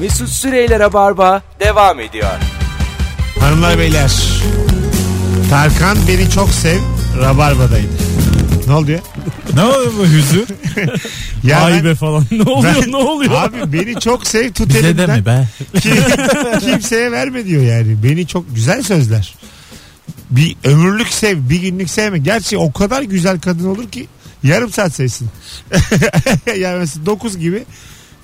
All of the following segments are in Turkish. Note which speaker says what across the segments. Speaker 1: Mesut Süreyler'e barba devam ediyor.
Speaker 2: Hanımlar beyler. Tarkan beni çok sev. Rabarba'daydı. Ne oluyor?
Speaker 3: Ne oluyor bu hüzün?
Speaker 2: Ya
Speaker 3: Ay
Speaker 2: ben-
Speaker 3: be falan. Ne oluyor ne oluyor?
Speaker 2: Abi beni çok sev tut
Speaker 3: Bize
Speaker 2: elimden.
Speaker 3: deme be.
Speaker 2: Ki- kimseye verme diyor yani. Beni çok güzel sözler. Bir ömürlük sev, bir günlük sevme. Gerçi o kadar güzel kadın olur ki yarım saat sevsin. yani mesela 9 gibi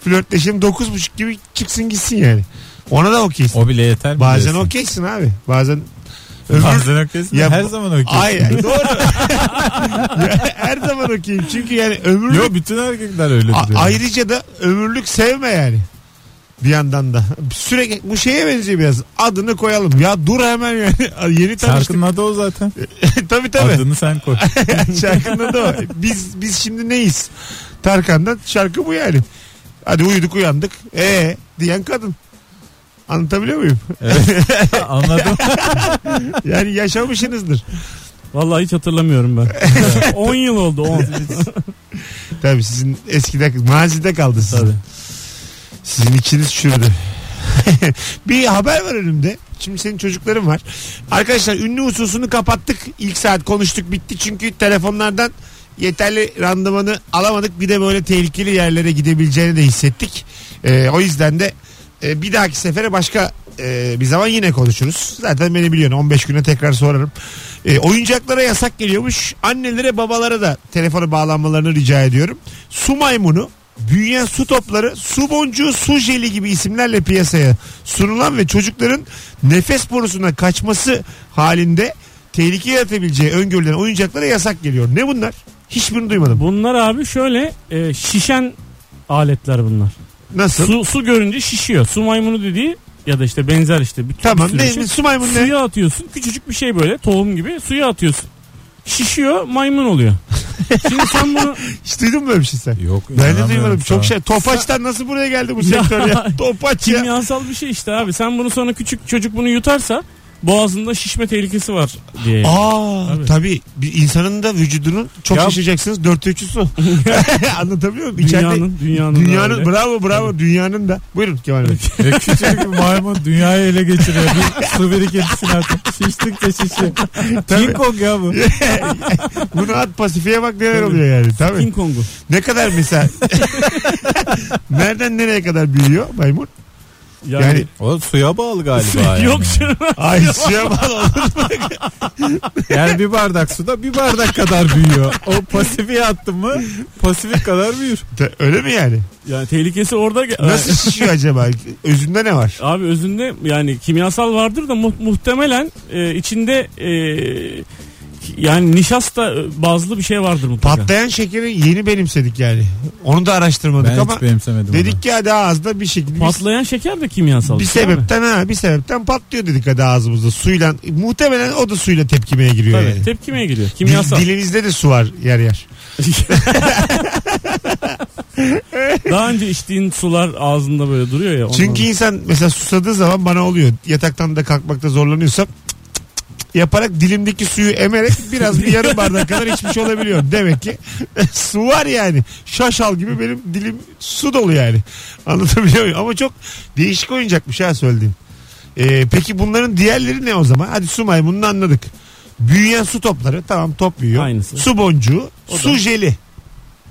Speaker 2: flörtleşim 9.30 gibi çıksın gitsin yani. Ona da okeysin.
Speaker 3: O bile yeter.
Speaker 2: Bazen
Speaker 3: biliyorsun.
Speaker 2: okeysin abi. Bazen ömür...
Speaker 3: Bazen okeysin.
Speaker 2: Ya
Speaker 3: her
Speaker 2: bu-
Speaker 3: zaman okeysin.
Speaker 2: Ay, doğru. Her zaman okeyim. Çünkü yani ömürlük
Speaker 3: Yok bütün erkekler öyle
Speaker 2: A-
Speaker 3: diyor.
Speaker 2: ayrıca da ömürlük sevme yani. Bir yandan da. Sürekli bu şeye benziyor biraz. Adını koyalım. Ya dur hemen yani. Yeni tanıştık.
Speaker 3: Şarkının adı o zaten.
Speaker 2: tabii tabii.
Speaker 3: Adını sen koy.
Speaker 2: Şarkının adı o. Biz, biz şimdi neyiz? Tarkan'dan şarkı bu yani. Hadi uyuduk uyandık. Ee diyen kadın. Anlatabiliyor muyum?
Speaker 3: Anladım.
Speaker 2: Yani yaşamışsınızdır.
Speaker 4: Vallahi hiç hatırlamıyorum ben. 10 yıl oldu 10.
Speaker 2: Tabii sizin eskide mazide kaldı sizin.
Speaker 3: Tabii.
Speaker 2: Sizin içiniz çürüdü. bir haber var önümde. Şimdi senin çocukların var. Arkadaşlar ünlü hususunu kapattık. İlk saat konuştuk bitti çünkü telefonlardan yeterli randımanı alamadık. Bir de böyle tehlikeli yerlere gidebileceğini de hissettik. Ee, o yüzden de e, bir dahaki sefere başka e, bir zaman yine konuşuruz. Zaten beni biliyorsun 15 güne tekrar sorarım. E, oyuncaklara yasak geliyormuş. Annelere babalara da telefona bağlanmalarını rica ediyorum. Su maymunu büyüyen su topları, su boncuğu, su jeli gibi isimlerle piyasaya sunulan ve çocukların nefes borusuna kaçması halinde tehlike yaratabileceği öngörülen oyuncaklara yasak geliyor. Ne bunlar? Hiçbirini duymadım.
Speaker 4: Bunlar abi şöyle e, şişen aletler bunlar.
Speaker 2: Nasıl?
Speaker 4: Su, su görünce şişiyor. Su maymunu dediği ya da işte benzer işte. Bütün
Speaker 2: tamam.
Speaker 4: bir sürü
Speaker 2: Ne,
Speaker 4: şey.
Speaker 2: su maymunu ne?
Speaker 4: Suya atıyorsun. Küçücük bir şey böyle tohum gibi suya atıyorsun. Şişiyor maymun oluyor. Şimdi sen bunu
Speaker 2: Hiç duydun mu böyle bir şey sen?
Speaker 3: Yok.
Speaker 2: Ben de
Speaker 3: inanamıyorum
Speaker 2: duymadım.
Speaker 3: sana.
Speaker 2: Çok şey. Topaç'tan nasıl buraya geldi bu
Speaker 4: Ya.
Speaker 2: sektör ya? Topaç ya.
Speaker 4: kimyasal bir şey işte abi. Sen bunu sonra küçük çocuk bunu yutarsa boğazında şişme tehlikesi var diye.
Speaker 2: Aa
Speaker 4: Tabii.
Speaker 2: tabii. Bir insanın da vücudunun çok
Speaker 3: Ya-
Speaker 2: şaşıracaksınız. Dörtte üçü su. Anlatabiliyor muyum? İçeride
Speaker 4: dünyanın dünyanın,
Speaker 2: Dünyanın
Speaker 4: böyle.
Speaker 2: bravo bravo dünyanın da. Buyurun Kemal Bey.
Speaker 3: Ve küçük bir maymun dünyayı ele geçiriyor. Bir su birikintisini atıp şiştikçe şişiyor. King Kong ya bu.
Speaker 2: Bunu at Pasifik'e bak neler oluyor yani. Tabii.
Speaker 4: King Kong'u.
Speaker 2: Ne kadar mesela nereden nereye kadar büyüyor maymun?
Speaker 4: Yani,
Speaker 2: Yani
Speaker 3: O suya bağlı galiba. yani.
Speaker 4: yok
Speaker 2: şey-
Speaker 4: canım.
Speaker 2: ay suya bağlı olur.
Speaker 3: Yani bir bardak suda bir bardak kadar büyüyor. O pasifiye attın mı pasifik kadar büyür.
Speaker 2: Ta- Öyle mi yani?
Speaker 4: Yani tehlikesi orada. ge-
Speaker 2: Nasıl şişiyor acaba? Özünde ne var?
Speaker 4: Abi özünde yani kimyasal vardır da mu- muhtemelen e, içinde e, yani nişasta bazlı bir şey vardır mutlaka.
Speaker 2: Patlayan şekeri yeni benimsedik yani. Onu da araştırmadık
Speaker 3: Ben
Speaker 2: ama
Speaker 3: hiç benimsemedim
Speaker 2: dedik ki hadi ağızda bir şekilde bir,
Speaker 4: Patlayan şeker de kimyasal.
Speaker 2: bir
Speaker 4: şey abi.
Speaker 2: sebepten ha bir sebepten patlıyor dedik hadi ağzımızda suyla muhtemelen o da suyla tepkimeye giriyor
Speaker 4: Tabii,
Speaker 2: yani.
Speaker 4: tepkimeye giriyor.
Speaker 2: Dil-
Speaker 4: Kimyasal.
Speaker 2: dilinizde de su var yer yer.
Speaker 4: Daha önce içtiğin sular ağzında böyle duruyor ya. ondan-
Speaker 2: Çünkü insan mesela susadığı zaman bana oluyor. Yataktan da kalkmakta zorlanıyorsam cık cık cık yaparak dilimdeki suyu emerek biraz bir yarım bardak kadar içmiş olabiliyor. Demek ki su var yani. Şaşal gibi benim dilim su dolu yani. Anlatabiliyor muyum? Ama çok değişik oyuncakmış ha söylediğin. Ee, peki bunların diğerleri ne o zaman? Hadi su maymununu anladık. Büyüyen su topları. Tamam top büyüyor.
Speaker 4: Aynısı.
Speaker 2: Su boncuğu.
Speaker 4: O da.
Speaker 2: su jeli.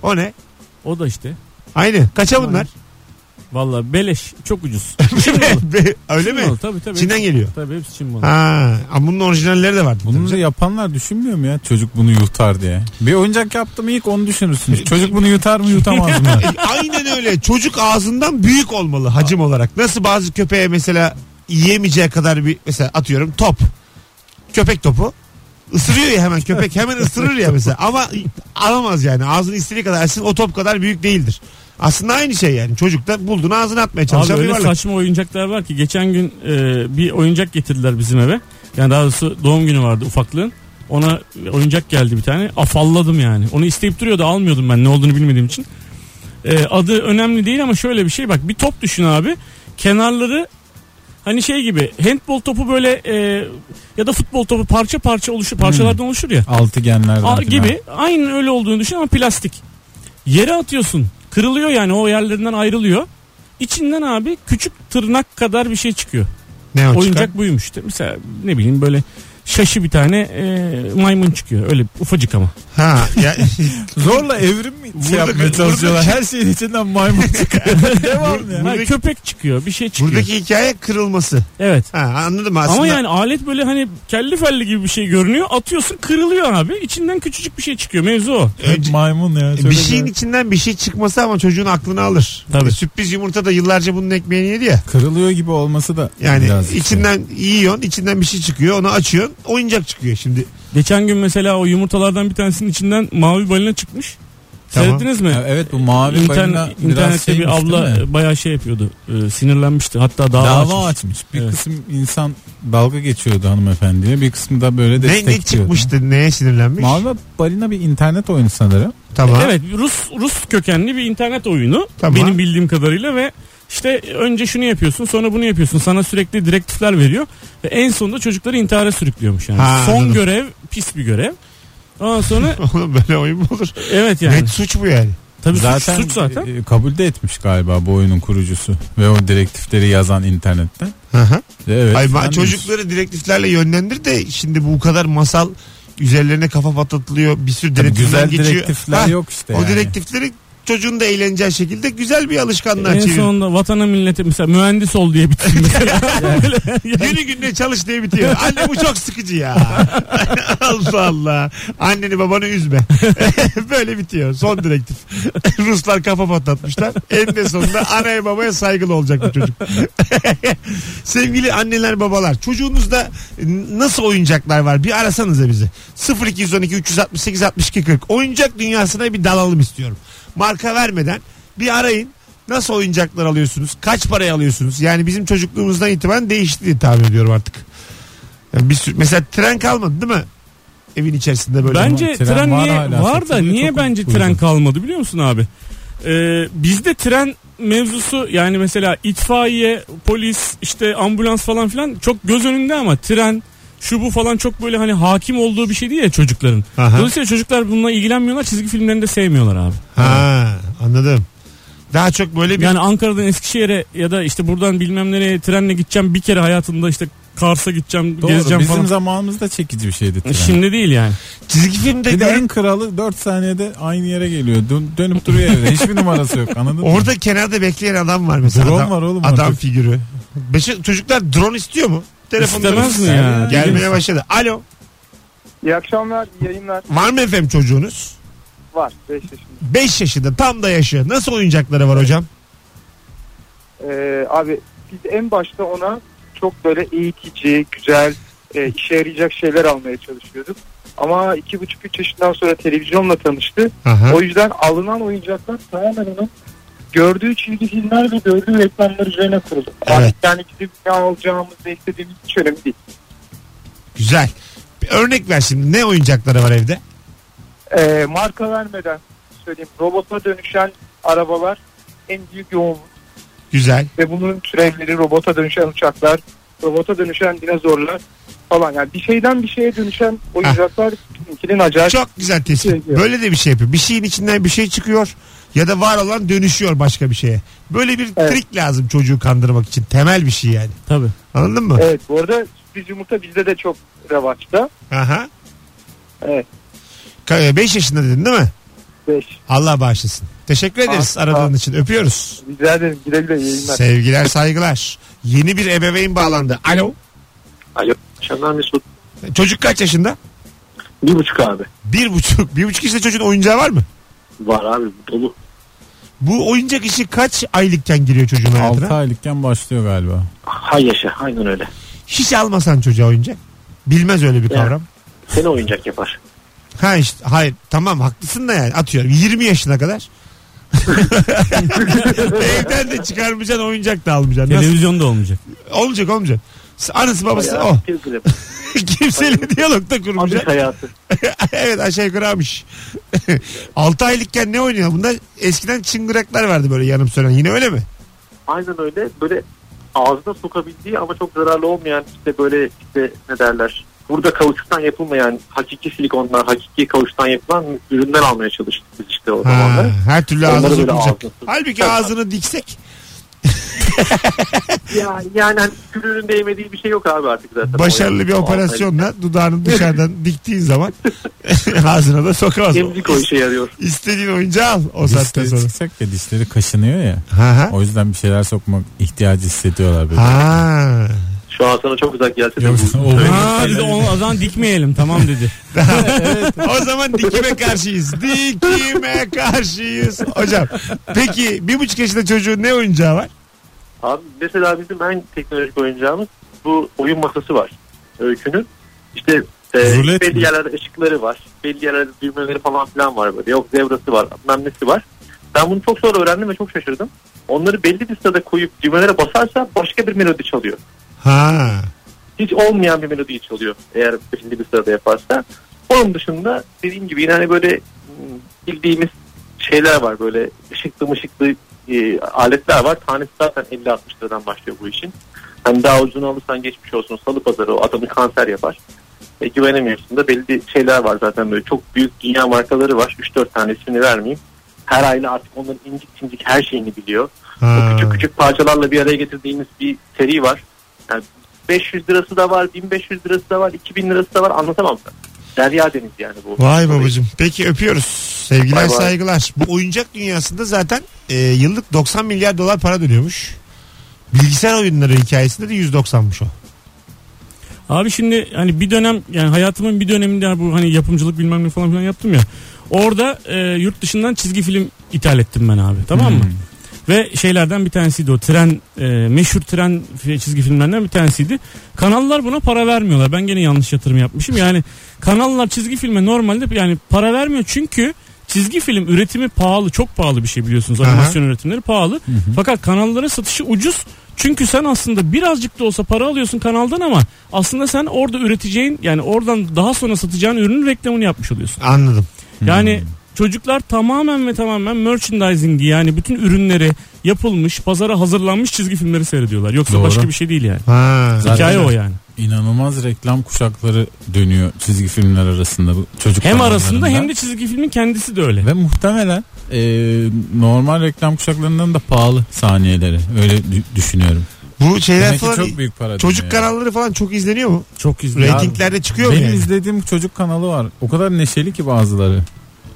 Speaker 2: O ne?
Speaker 4: O da işte.
Speaker 2: Aynı. Kaça bunlar?
Speaker 4: Valla beleş çok ucuz.
Speaker 2: Öyle
Speaker 4: Çin
Speaker 2: mi?
Speaker 4: malı, Tabii tabii.
Speaker 2: Çin'den geliyor.
Speaker 4: Tabii hepsi Çin malı.
Speaker 2: Ha, ama bunun orijinalleri de vardı.
Speaker 3: Bunu da yapanlar düşünmüyor mu ya çocuk bunu yutar diye. Bir oyuncak yaptım ilk onu düşünürsün. Çocuk bunu yutar mı yutamaz mı?
Speaker 2: E, Aynen öyle. Çocuk ağzından büyük olmalı hacim olarak. Nasıl bazı köpeğe mesela yiyemeyeceği kadar bir mesela atıyorum top. Köpek topu. Isırıyor ya hemen köpek hemen ısırır ya mesela ama alamaz yani ağzını istediği kadar açsın o top kadar büyük değildir. Aslında aynı şey yani çocuk da bulduğunu ağzına atmaya
Speaker 4: Abi
Speaker 2: çalışan bir
Speaker 4: öyle
Speaker 2: varlık.
Speaker 4: saçma oyuncaklar var ki geçen gün e, bir oyuncak getirdiler bizim eve. Yani daha doğrusu doğum günü vardı ufaklığın. Ona oyuncak geldi bir tane. Afalladım yani. Onu isteyip duruyordu almıyordum ben ne olduğunu bilmediğim için. E, adı önemli değil ama şöyle bir şey bak bir top düşün abi. Kenarları hani şey gibi handbol topu böyle e, ya da futbol topu parça parça oluşur parçalardan oluşur ya.
Speaker 3: Altıgenlerden
Speaker 4: A-
Speaker 3: falan.
Speaker 4: gibi aynı öyle olduğunu düşün ama plastik. Yere atıyorsun. Kırılıyor yani o yerlerinden ayrılıyor. İçinden abi küçük tırnak kadar bir şey çıkıyor.
Speaker 2: Ne o
Speaker 4: Oyuncak
Speaker 2: çıkar?
Speaker 4: buymuş işte. Mesela ne bileyim böyle şaşı bir tane e, maymun çıkıyor. Öyle ufacık ama.
Speaker 2: Ha. Ya,
Speaker 3: Zorla evrim mi
Speaker 2: Burada-
Speaker 3: şey yapmaya çalışıyorlar?
Speaker 2: burada-
Speaker 3: Her şeyin içinden maymun çıkıyor. Devam ya.
Speaker 4: Ha,
Speaker 2: Buradaki-
Speaker 4: köpek çıkıyor, bir şey çıkıyor.
Speaker 2: buradaki hikaye kırılması.
Speaker 4: Evet.
Speaker 2: Ha, anladım aslında.
Speaker 4: Ama yani alet böyle hani kelli felli gibi bir şey görünüyor. Atıyorsun kırılıyor abi. İçinden küçücük bir şey çıkıyor. Mevzu o.
Speaker 2: Önce-
Speaker 3: Hep maymun ya.
Speaker 2: E, bir şeyin içinden bir şey çıkması ama çocuğun aklını alır.
Speaker 4: Tabii.
Speaker 2: E, sürpriz yumurta da yıllarca bunun ekmeğini yedi ya.
Speaker 3: Kırılıyor gibi olması da
Speaker 2: Yani
Speaker 3: biraz-
Speaker 2: içinden yiyorsun, içinden bir şey çıkıyor, onu açıyorsun, oyuncak çıkıyor şimdi.
Speaker 4: Geçen gün mesela o yumurtalardan bir tanesinin içinden mavi balina çıkmış.
Speaker 2: Tamam.
Speaker 4: Seyrettiniz mi?
Speaker 3: Ya şey. evet bu mavi
Speaker 4: İnternet-
Speaker 3: balina biraz
Speaker 4: internette bir
Speaker 3: şeymiş, değil mi?
Speaker 4: abla bayağı şey yapıyordu. Ee, sinirlenmişti. Hatta dava,
Speaker 3: dava
Speaker 4: açmış.
Speaker 3: açmış. Bir
Speaker 4: Evet.
Speaker 3: kısım insan dalga geçiyordu hanımefendiye. Bir kısmı da böyle
Speaker 2: Ne, ne
Speaker 3: destekliyordu.
Speaker 2: çıkmıştı, neye sinirlenmiş?
Speaker 3: Mavi balina bir internet oyunu sanırım.
Speaker 2: Tamam.
Speaker 4: Evet Rus Rus kökenli bir internet oyunu.
Speaker 2: Tamam.
Speaker 4: Benim bildiğim kadarıyla ve işte önce şunu yapıyorsun sonra bunu yapıyorsun. Sana sürekli direktifler veriyor. Ve en sonunda çocukları intihara sürüklüyormuş yani.
Speaker 2: Ha,
Speaker 4: Son
Speaker 2: anladım.
Speaker 4: görev pis bir görev. Ondan sonra
Speaker 2: Oğlum böyle oyun mu olur?
Speaker 4: evet yani.
Speaker 2: Net suç bu yani.
Speaker 4: Tabii zaten,
Speaker 3: zaten,
Speaker 4: suç, zaten.
Speaker 3: e, kabul de etmiş galiba bu oyunun kurucusu ve o direktifleri yazan internetten.
Speaker 2: Hı hı.
Speaker 3: Evet.
Speaker 2: Ay, ma-
Speaker 3: ben
Speaker 2: çocukları direktiflerle yönlendir de şimdi bu kadar masal üzerlerine kafa patlatılıyor bir sürü
Speaker 3: Tabii
Speaker 2: direktiften
Speaker 3: güzel
Speaker 2: geçiyor.
Speaker 3: direktifler
Speaker 2: Ha,
Speaker 3: yok işte.
Speaker 2: O
Speaker 3: yani.
Speaker 2: direktifleri çocuğun da eğleneceği şekilde güzel bir alışkanlığa
Speaker 4: en
Speaker 2: e, çevir.
Speaker 4: sonunda vatana millete mesela mühendis ol diye bitirdim mesela. Böyle yani.
Speaker 2: Günü gününe çalış diye bitiyor. Anne bu çok sıkıcı ya. Allah Allah. Anneni babanı üzme. Böyle bitiyor. Son direktif. Ruslar kafa patlatmışlar. En de sonunda anaya babaya saygılı olacak bu çocuk. Sevgili anneler babalar çocuğunuzda nasıl oyuncaklar var bir arasanıza bizi. 0212 368 62 40 oyuncak dünyasına bir dalalım istiyorum. Marka vermeden bir arayın. Nasıl oyuncaklar alıyorsunuz? Kaç paraya alıyorsunuz? Yani bizim çocukluğumuzdan itibaren değişti diye tahmin ediyorum artık. Yani bir sürü, mesela tren kalmadı değil mi? Evin içerisinde böyle.
Speaker 4: Bence
Speaker 3: Ama
Speaker 4: tren,
Speaker 3: tren var
Speaker 4: niye var,
Speaker 3: hala,
Speaker 4: da
Speaker 3: satılıyor,
Speaker 4: niye
Speaker 3: çok
Speaker 4: bence
Speaker 3: uygun.
Speaker 4: tren kalmadı biliyor musun abi? Ee, bizde tren mevzusu yani mesela itfaiye, polis, işte ambulans falan filan çok göz önünde ama tren şu bu falan çok böyle hani hakim olduğu bir şey değil ya çocukların.
Speaker 2: Aha.
Speaker 4: Dolayısıyla çocuklar bununla ilgilenmiyorlar çizgi filmlerini de sevmiyorlar abi.
Speaker 2: Ha, anladım. Daha çok böyle bir
Speaker 4: Yani Ankara'dan Eskişehir'e ya da işte buradan bilmem nereye trenle gideceğim bir kere hayatımda işte Kars'a gideceğim
Speaker 3: Doğru,
Speaker 4: gezeceğim
Speaker 3: bizim
Speaker 4: falan. E
Speaker 3: zamanımızda çekici bir şeydi. tren.
Speaker 4: Şimdi değil yani.
Speaker 2: çizgi filmde
Speaker 3: bir de
Speaker 2: görün-
Speaker 3: en kralı 4 saniyede aynı yere geliyor. Dön- dönüp duruyor evde. Hiçbir numarası yok anladın mı?
Speaker 2: orada kenarda bekleyen adam var mesela.
Speaker 3: Drone
Speaker 2: adam,
Speaker 3: var oğlum
Speaker 2: Adam
Speaker 3: artık.
Speaker 2: figürü. Beşi- çocuklar drone istiyor mu? Telefonda
Speaker 4: İstemez mi ya?
Speaker 2: gelmeye başladı. Alo.
Speaker 5: İyi akşamlar, iyi yayınlar.
Speaker 2: Var mı efendim çocuğunuz?
Speaker 5: Var 5 yaşında.
Speaker 2: 5 yaşında tam da yaşı. Nasıl oyuncakları var hocam?
Speaker 5: Ee, abi biz en başta ona çok böyle eğitici, güzel, e, işe yarayacak şeyler almaya çalışıyorduk. Ama 2,5-3 yaşından sonra televizyonla tanıştı.
Speaker 2: Aha.
Speaker 5: O yüzden alınan oyuncaklar tamamen onun gördüğü çizgi filmler ve gördüğü reklamlar üzerine kuruldu.
Speaker 2: Evet.
Speaker 5: Artık yani bizim ne alacağımız, ne istediğimiz hiç önemli değil.
Speaker 2: Güzel. Bir örnek ver şimdi. Ne oyuncakları var evde?
Speaker 5: Ee, marka vermeden söyleyeyim robota dönüşen arabalar en büyük yoğunluk.
Speaker 2: Güzel.
Speaker 5: ve bunun türevleri robota dönüşen uçaklar, robota dönüşen dinozorlar falan. Yani bir şeyden bir şeye dönüşen oyuncaklar bizimkinin acayip.
Speaker 2: Çok güzel tespit. Böyle de bir şey yapıyor. Bir şeyin içinden bir şey çıkıyor ya da var olan dönüşüyor başka bir şeye. Böyle bir
Speaker 5: Evet.
Speaker 2: trik lazım çocuğu kandırmak için. Temel bir şey yani.
Speaker 4: Tabii.
Speaker 2: Anladın mı?
Speaker 5: Evet bu arada sürpriz yumurta bizde de çok revaçta.
Speaker 2: Aha.
Speaker 5: Evet.
Speaker 2: 5 yaşında dedin değil mi?
Speaker 5: 5.
Speaker 2: Allah bağışlasın. Teşekkür ederiz
Speaker 5: Asla.
Speaker 2: aradığın için. Öpüyoruz.
Speaker 5: Rica ederim güle güle yayınlar.
Speaker 2: Sevgiler, saygılar. Yeni bir ebeveyn bağlandı. Alo.
Speaker 6: Alo. Akşamlar Mesut.
Speaker 2: Çocuk kaç yaşında?
Speaker 6: Bir buçuk abi.
Speaker 2: Bir buçuk. Bir buçuk yaşında çocuğun oyuncağı var mı?
Speaker 6: Var abi dolu.
Speaker 2: Bu oyuncak işi kaç aylıkken giriyor çocuğun
Speaker 3: 6
Speaker 2: hayatına?
Speaker 3: aylıkken başlıyor galiba.
Speaker 6: Hay yaşa aynen öyle.
Speaker 2: Hiç almasan çocuğa oyuncak. Bilmez öyle bir
Speaker 6: Ya.
Speaker 2: kavram.
Speaker 6: Seni oyuncak yapar.
Speaker 2: Ha işte hayır tamam haklısın da yani atıyorum 20 yaşına kadar. Evden de çıkarmayacaksın oyuncak da almayacaksın. Nasıl?
Speaker 4: Televizyonda olmayacak.
Speaker 2: Olacak olmayacak. Anası babası
Speaker 6: Bayağı
Speaker 2: o.
Speaker 6: tilt edip,
Speaker 2: Kimseyle diyalog da
Speaker 6: Fabrika
Speaker 2: kurmayacak.
Speaker 6: hayatı.
Speaker 2: evet aşağı yukarı almış. 6 aylıkken ne oynuyor? Bunlar eskiden çıngıraklar vardı böyle yanım sönen. Yine öyle mi?
Speaker 6: Aynen öyle böyle ağzına sokabildiği ama çok zararlı olmayan işte böyle işte ne derler. Burada kauçuktan yapılmayan hakiki silikondan, hakiki kauçuktan yapılan ürünler almaya çalıştık biz işte o
Speaker 2: Ha,
Speaker 6: zamanlar.
Speaker 2: her türlü
Speaker 6: Onları
Speaker 2: ağzına
Speaker 6: böyle
Speaker 2: sokacak.
Speaker 6: ağzına sok-
Speaker 2: Halbuki
Speaker 6: Evet.
Speaker 2: ağzını diksek
Speaker 6: Ya, yani hani tükürüğünün değmediği bir şey yok abi artık zaten.
Speaker 2: Başarılı bir
Speaker 6: O yani-
Speaker 2: operasyonla dudağını dışarıdan diktiğin zaman ağzına da sokamaz.
Speaker 6: Emzik o işe yarıyor.
Speaker 2: İstediğin oyuncağı al o saatten
Speaker 3: Dişleri
Speaker 2: sonra.
Speaker 3: çıksak ya dişleri kaşınıyor ya.
Speaker 2: Ha ha.
Speaker 3: O yüzden bir şeyler sokmak ihtiyacı hissediyorlar böyle.
Speaker 2: Ha.
Speaker 6: Şu an sana çok uzak gelse de
Speaker 3: Yoksa
Speaker 6: bu.
Speaker 3: o
Speaker 4: Ha, bir de onu o zaman dikmeyelim tamam dedi.
Speaker 2: O zaman dikime karşıyız. Dikime karşıyız. Hocam peki bir buçuk yaşında çocuğun ne oyuncağı var?
Speaker 6: Abi mesela bizim en teknolojik oyuncağımız bu oyun masası var. Öykünün. İşte e,
Speaker 3: Rulet
Speaker 6: belli
Speaker 3: mi?
Speaker 6: yerlerde ışıkları var. Belli yerlerde düğmeleri falan filan var böyle. Yok zebrası var. Bilmem nesi var. Ben bunu çok sonra öğrendim ve çok şaşırdım. Onları belli bir sırada koyup düğmelere basarsa başka bir melodi çalıyor.
Speaker 2: Ha.
Speaker 6: Hiç olmayan bir melodiyi çalıyor. Eğer belli bir sırada yaparsa. Onun dışında dediğim gibi yine hani böyle m, bildiğimiz şeyler var. Böyle ışıklı mışıklı e, aletler var. Tanesi zaten 50-60 liradan başlıyor bu işin. Hani daha ucuz alırsan geçmiş olsun. Salı pazarı o adamı kanser yapar. E, güvenemiyorsun da belli şeyler var zaten böyle çok büyük dünya markaları var. 3-4 tane ismini vermeyeyim. Her aile artık onların incik incik her şeyini biliyor.
Speaker 2: Ha.
Speaker 6: O küçük küçük parçalarla bir araya getirdiğimiz bir seri var. Yani 500 lirası da var, 1500 lirası da var, 2000 lirası da var anlatamam ben. Derya deniz yani bu.
Speaker 2: Vay babacım. Peki öpüyoruz. Sevgiler
Speaker 6: Bay bay.
Speaker 2: saygılar. Bu oyuncak dünyasında zaten e, yıllık 90 milyar dolar para dönüyormuş. Bilgisayar oyunları hikayesinde de 190'mış o.
Speaker 4: Abi şimdi hani bir dönem yani hayatımın bir döneminde hani bu hani yapımcılık bilmem ne falan filan yaptım ya. Orada e, yurt dışından çizgi film ithal ettim ben abi tamam mı? Ve şeylerden bir tanesiydi o tren e, meşhur tren fi- çizgi filmlerinden bir tanesiydi. Kanallar buna para vermiyorlar. Ben gene yanlış yatırım yapmışım. Yani kanallar çizgi filme normalde yani para vermiyor çünkü çizgi film üretimi pahalı çok pahalı bir şey biliyorsunuz.
Speaker 2: Aha.
Speaker 4: Animasyon üretimleri pahalı. Fakat kanallara satışı ucuz. Çünkü sen aslında birazcık da olsa para alıyorsun kanaldan ama aslında sen orada üreteceğin yani oradan daha sonra satacağın ürünün reklamını yapmış oluyorsun.
Speaker 2: Anladım.
Speaker 4: Yani
Speaker 3: Hmm.
Speaker 4: çocuklar tamamen ve tamamen merchandising'i yani bütün ürünleri yapılmış, pazara hazırlanmış çizgi filmleri seyrediyorlar. Yoksa
Speaker 3: Doğru.
Speaker 4: başka bir şey değil yani.
Speaker 2: Ha.
Speaker 3: Zaten
Speaker 4: Hikaye o
Speaker 3: öyle.
Speaker 4: yani.
Speaker 3: İnanılmaz reklam kuşakları dönüyor çizgi filmler arasında bu çocuk
Speaker 4: Hem arasında hem
Speaker 3: kanallarında.
Speaker 4: de çizgi filmin kendisi de öyle.
Speaker 3: ve muhtemelen e, normal reklam kuşaklarından da pahalı saniyeleri öyle dü- düşünüyorum.
Speaker 2: Bu şeyler
Speaker 3: Demek ki
Speaker 2: falan
Speaker 3: çok büyük para
Speaker 2: çocuk
Speaker 3: dönüyor.
Speaker 2: kanalları falan çok izleniyor mu?
Speaker 4: Çok izliyor.
Speaker 2: Ratinglerde çıkıyor mu
Speaker 3: Benim
Speaker 2: yani?
Speaker 3: izlediğim çocuk kanalı var. O kadar neşeli ki bazıları.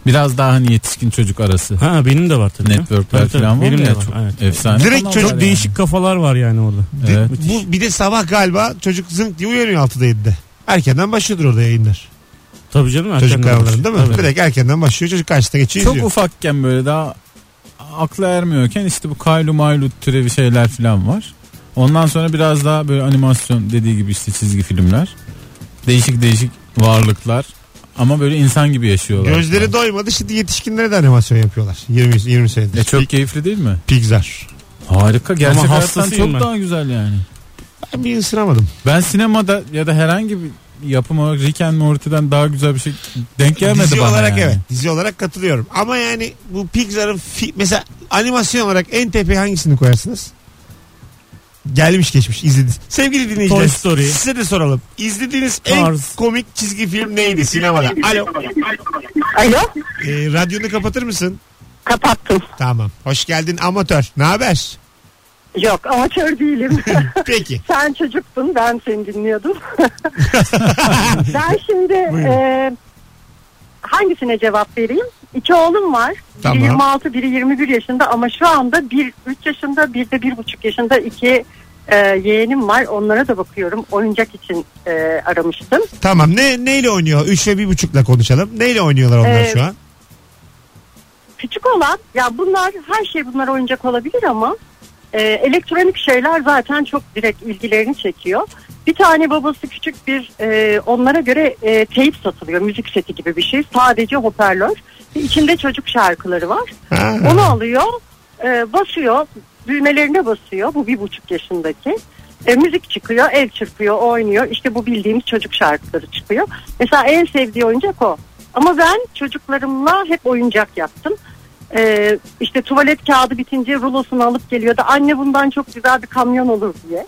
Speaker 3: Biraz daha hani yetişkin çocuk arası.
Speaker 4: Ha benim de var tabii. ya.
Speaker 3: Networkler
Speaker 4: Tabii, tabii.
Speaker 3: falan var
Speaker 4: Benim
Speaker 3: ya.
Speaker 4: de var,
Speaker 3: Çok
Speaker 4: evet.
Speaker 3: efsane.
Speaker 2: Direkt
Speaker 3: kanallar
Speaker 2: çok
Speaker 3: yani.
Speaker 4: Değişik kafalar var yani orada.
Speaker 3: Evet.
Speaker 2: Bu bir de sabah galiba çocuk zınk diye uyanıyor 6'da 7'de. Erkenden başlıyordur orada yayınlar.
Speaker 4: Tabii canım.
Speaker 2: çocuk
Speaker 4: erkenden
Speaker 2: kanallarında değil mi?
Speaker 4: Tabii.
Speaker 2: Direkt erkenden başlıyor çocuk karşıda geçiyor
Speaker 3: Çok
Speaker 2: izliyor.
Speaker 3: ufakken böyle daha aklı ermiyorken işte bu kaylu maylu türevi şeyler falan var. Ondan sonra biraz daha böyle animasyon dediği gibi işte çizgi filmler. Değişik değişik varlıklar ama böyle insan gibi yaşıyorlar.
Speaker 2: Gözleri doymadı şimdi yetişkinlere de animasyon yapıyorlar. 20, 20 senedir.
Speaker 3: E çok
Speaker 2: Pi-
Speaker 3: keyifli değil mi?
Speaker 2: Pixar.
Speaker 3: Harika. Gerçek
Speaker 4: Ama
Speaker 3: hayattan
Speaker 4: hastasıyım
Speaker 3: çok
Speaker 4: ben.
Speaker 3: daha güzel yani.
Speaker 2: Ben bir ısıramadım.
Speaker 3: Ben sinemada ya da herhangi bir yapım olarak Rick and Morty'den daha güzel bir şey denk gelmedi
Speaker 2: Dizi
Speaker 3: bana
Speaker 2: olarak
Speaker 3: yani.
Speaker 2: evet. Dizi olarak katılıyorum. Ama yani bu Pixar'ın fi- mesela animasyon olarak en tepeye hangisini koyarsınız? Gelmiş geçmiş izlediniz. Sevgili dinleyiciler
Speaker 4: Toy Story.
Speaker 2: size de soralım. İzlediğiniz
Speaker 4: Cars.
Speaker 2: en komik çizgi film neydi sinemada? Alo.
Speaker 7: Alo
Speaker 2: Ee, radyonu kapatır mısın?
Speaker 7: kapattım.
Speaker 2: Tamam. Hoş geldin amatör. Ne haber?
Speaker 7: Yok amatör değilim.
Speaker 2: Peki.
Speaker 7: Sen çocuktun ben seni dinliyordum. ben şimdi e, hangisine cevap vereyim? İki oğlum var. Biri
Speaker 2: Tamam.
Speaker 7: 26 biri 21 yaşında ama şu anda bir 3 yaşında bir de 1,5 yaşında iki e, yeğenim var. Onlara da bakıyorum. Oyuncak için e, aramıştım.
Speaker 2: Tamam. Ne neyle oynuyor? 3 ve 1.5'la konuşalım. Neyle oynuyorlar onlar
Speaker 7: Ee,
Speaker 2: şu an?
Speaker 7: küçük olan ya bunlar her şey bunlar oyuncak olabilir ama e, elektronik şeyler zaten çok direkt ilgilerini çekiyor. Bir tane babası küçük bir e, onlara göre e, teyp satılıyor müzik seti gibi bir şey sadece hoparlör ve içinde çocuk şarkıları var.
Speaker 2: Ha.
Speaker 7: Onu alıyor e, basıyor düğmelerine basıyor bu bir buçuk yaşındaki. E, müzik çıkıyor, el çırpıyor, oynuyor. İşte bu bildiğimiz çocuk şarkıları çıkıyor. Mesela en sevdiği oyuncak o. Ama ben çocuklarımla hep oyuncak yaptım. E, işte tuvalet kağıdı bitince rulosunu alıp geliyordu. Anne bundan çok güzel bir kamyon olur diye.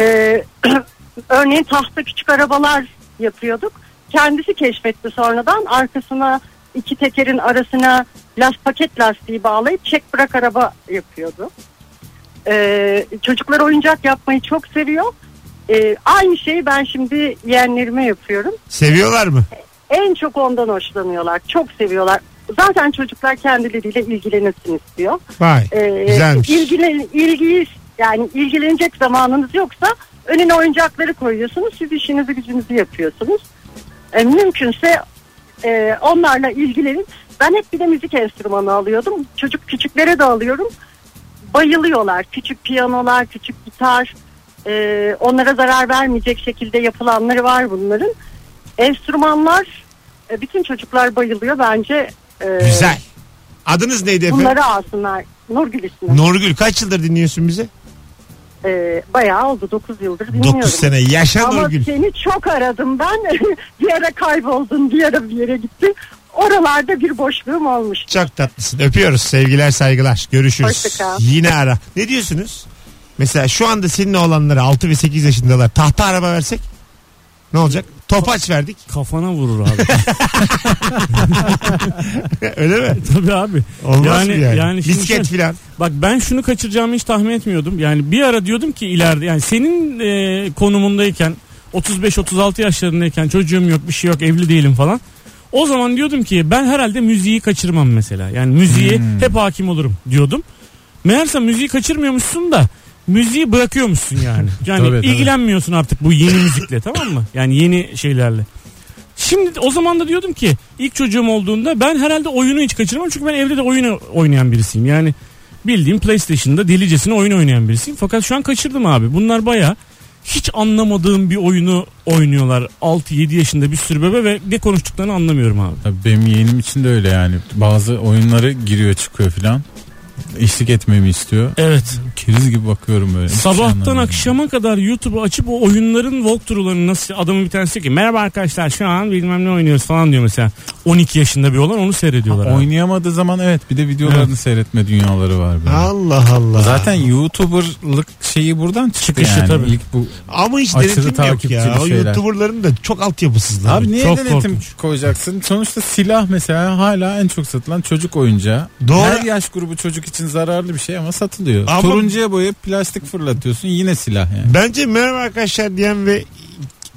Speaker 7: E, örneğin tahta küçük arabalar yapıyorduk. Kendisi keşfetti sonradan. Arkasına iki tekerin arasına las paket lastiği bağlayıp çek bırak araba yapıyordu. Ee, çocuklar oyuncak yapmayı çok seviyor. Ee, aynı şeyi ben şimdi yeğenlerime yapıyorum.
Speaker 2: Seviyorlar mı?
Speaker 7: En çok ondan hoşlanıyorlar. Çok seviyorlar. Zaten çocuklar kendileriyle ilgilenirsin istiyor.
Speaker 2: Vay.
Speaker 7: Ee,
Speaker 2: Güzelmiş.
Speaker 7: ilgilen- ilgiyi yani ilgilenecek zamanınız yoksa önüne oyuncakları koyuyorsunuz. Siz işinizi gücünüzü yapıyorsunuz. E, mümkünse e, onlarla ilgilenin. Ben hep bir de müzik enstrümanı alıyordum. Çocuk küçüklere de alıyorum. Bayılıyorlar. Küçük piyanolar, küçük gitar. E, onlara zarar vermeyecek şekilde yapılanları var bunların. Enstrümanlar e, bütün çocuklar bayılıyor bence. e,
Speaker 2: Güzel. Adınız neydi efendim?
Speaker 7: Bunları alsınlar. Nurgül ismi.
Speaker 2: Norgül kaç yıldır dinliyorsun bizi?
Speaker 7: Ee, bayağı oldu 9 yıldır dinliyorum.
Speaker 2: 9 sene. Yaşa
Speaker 7: Ama
Speaker 2: Nurgül.
Speaker 7: seni çok aradım ben. bir ara kayboldun, bir ara bir yere gittin. Oralarda bir boşluğum olmuş.
Speaker 2: Çok tatlısın. Öpüyoruz. Sevgiler saygılar. Görüşürüz.
Speaker 7: Hoşça kal.
Speaker 2: Yine ara. Ne diyorsunuz? Mesela şu anda seninle olanlara 6 ve 8 yaşındalar tahta araba versek ne olacak? Topaç verdik.
Speaker 4: Kafana vurur abi.
Speaker 2: Öyle mi?
Speaker 4: Tabii abi.
Speaker 2: Olmaz mı
Speaker 4: Yani-
Speaker 2: yani?
Speaker 4: yani şimdi
Speaker 2: Misket
Speaker 4: sen-
Speaker 2: filan.
Speaker 4: Bak ben şunu kaçıracağımı hiç tahmin etmiyordum. Yani bir ara diyordum ki ileride yani senin e, konumundayken 35-36 yaşlarındayken çocuğum yok bir şey yok evli değilim falan. O zaman diyordum ki ben herhalde müziği kaçırmam mesela. Yani müziği
Speaker 3: Hmm.
Speaker 4: hep hakim olurum diyordum. Meğerse müziği kaçırmıyormuşsun da müziği bırakıyormuşsun yani. Yani
Speaker 3: Tabii, tabii.
Speaker 4: ilgilenmiyorsun artık bu yeni müzikle tamam mı? Yani yeni şeylerle. Şimdi o zaman da diyordum ki ilk çocuğum olduğunda ben herhalde oyunu hiç kaçırmam çünkü ben evde de oyunu oynayan birisiyim. Yani bildiğim PlayStation'da delicesine oyun oynayan birisiyim. Fakat şu an kaçırdım abi. Bunlar baya hiç anlamadığım bir oyunu oynuyorlar. 6-7 yaşında bir sürü bebe ve ne konuştuklarını anlamıyorum abi.
Speaker 3: Tabii benim yeğenim için de öyle yani. Bazı oyunları giriyor çıkıyor filan. Eşlik etmemi istiyor.
Speaker 4: Evet.
Speaker 3: Keriz gibi bakıyorum böyle. Hiçbir şey
Speaker 4: Sabahtan
Speaker 3: anlamıyorum.
Speaker 4: akşama kadar YouTube'u açıp o oyunların walkthrough'larını nasıl adamın bir tanesi diyor ki merhaba arkadaşlar şu an bilmem ne oynuyoruz falan diyor mesela. 12 yaşında bir olan onu seyrediyorlar. abi.
Speaker 3: Oynayamadığı zaman evet bir de videolarını seyretme dünyaları var böyle.
Speaker 2: Allah Allah.
Speaker 3: Zaten YouTuber'lık şeyi buradan çıktı
Speaker 4: Çıkışı
Speaker 3: yani.
Speaker 4: tabii.
Speaker 3: İlk bu.
Speaker 2: Ama hiç
Speaker 3: Aşırı
Speaker 2: denetim yok
Speaker 3: takipçili
Speaker 2: ya. O
Speaker 3: şeyler.
Speaker 2: YouTuber'ların da çok altyapısızlar.
Speaker 3: Abi niye
Speaker 4: çok
Speaker 3: denetim
Speaker 4: korkunç.
Speaker 3: koyacaksın? Sonuçta silah mesela hala en çok satılan çocuk oyuncağı.
Speaker 2: Doğru.
Speaker 3: Her yaş grubu çocuk için zararlı bir şey ama satılıyor.
Speaker 2: Ama-
Speaker 3: Turuncuya boyayıp plastik fırlatıyorsun yine silah yani.
Speaker 2: Bence merhaba arkadaşlar diyen ve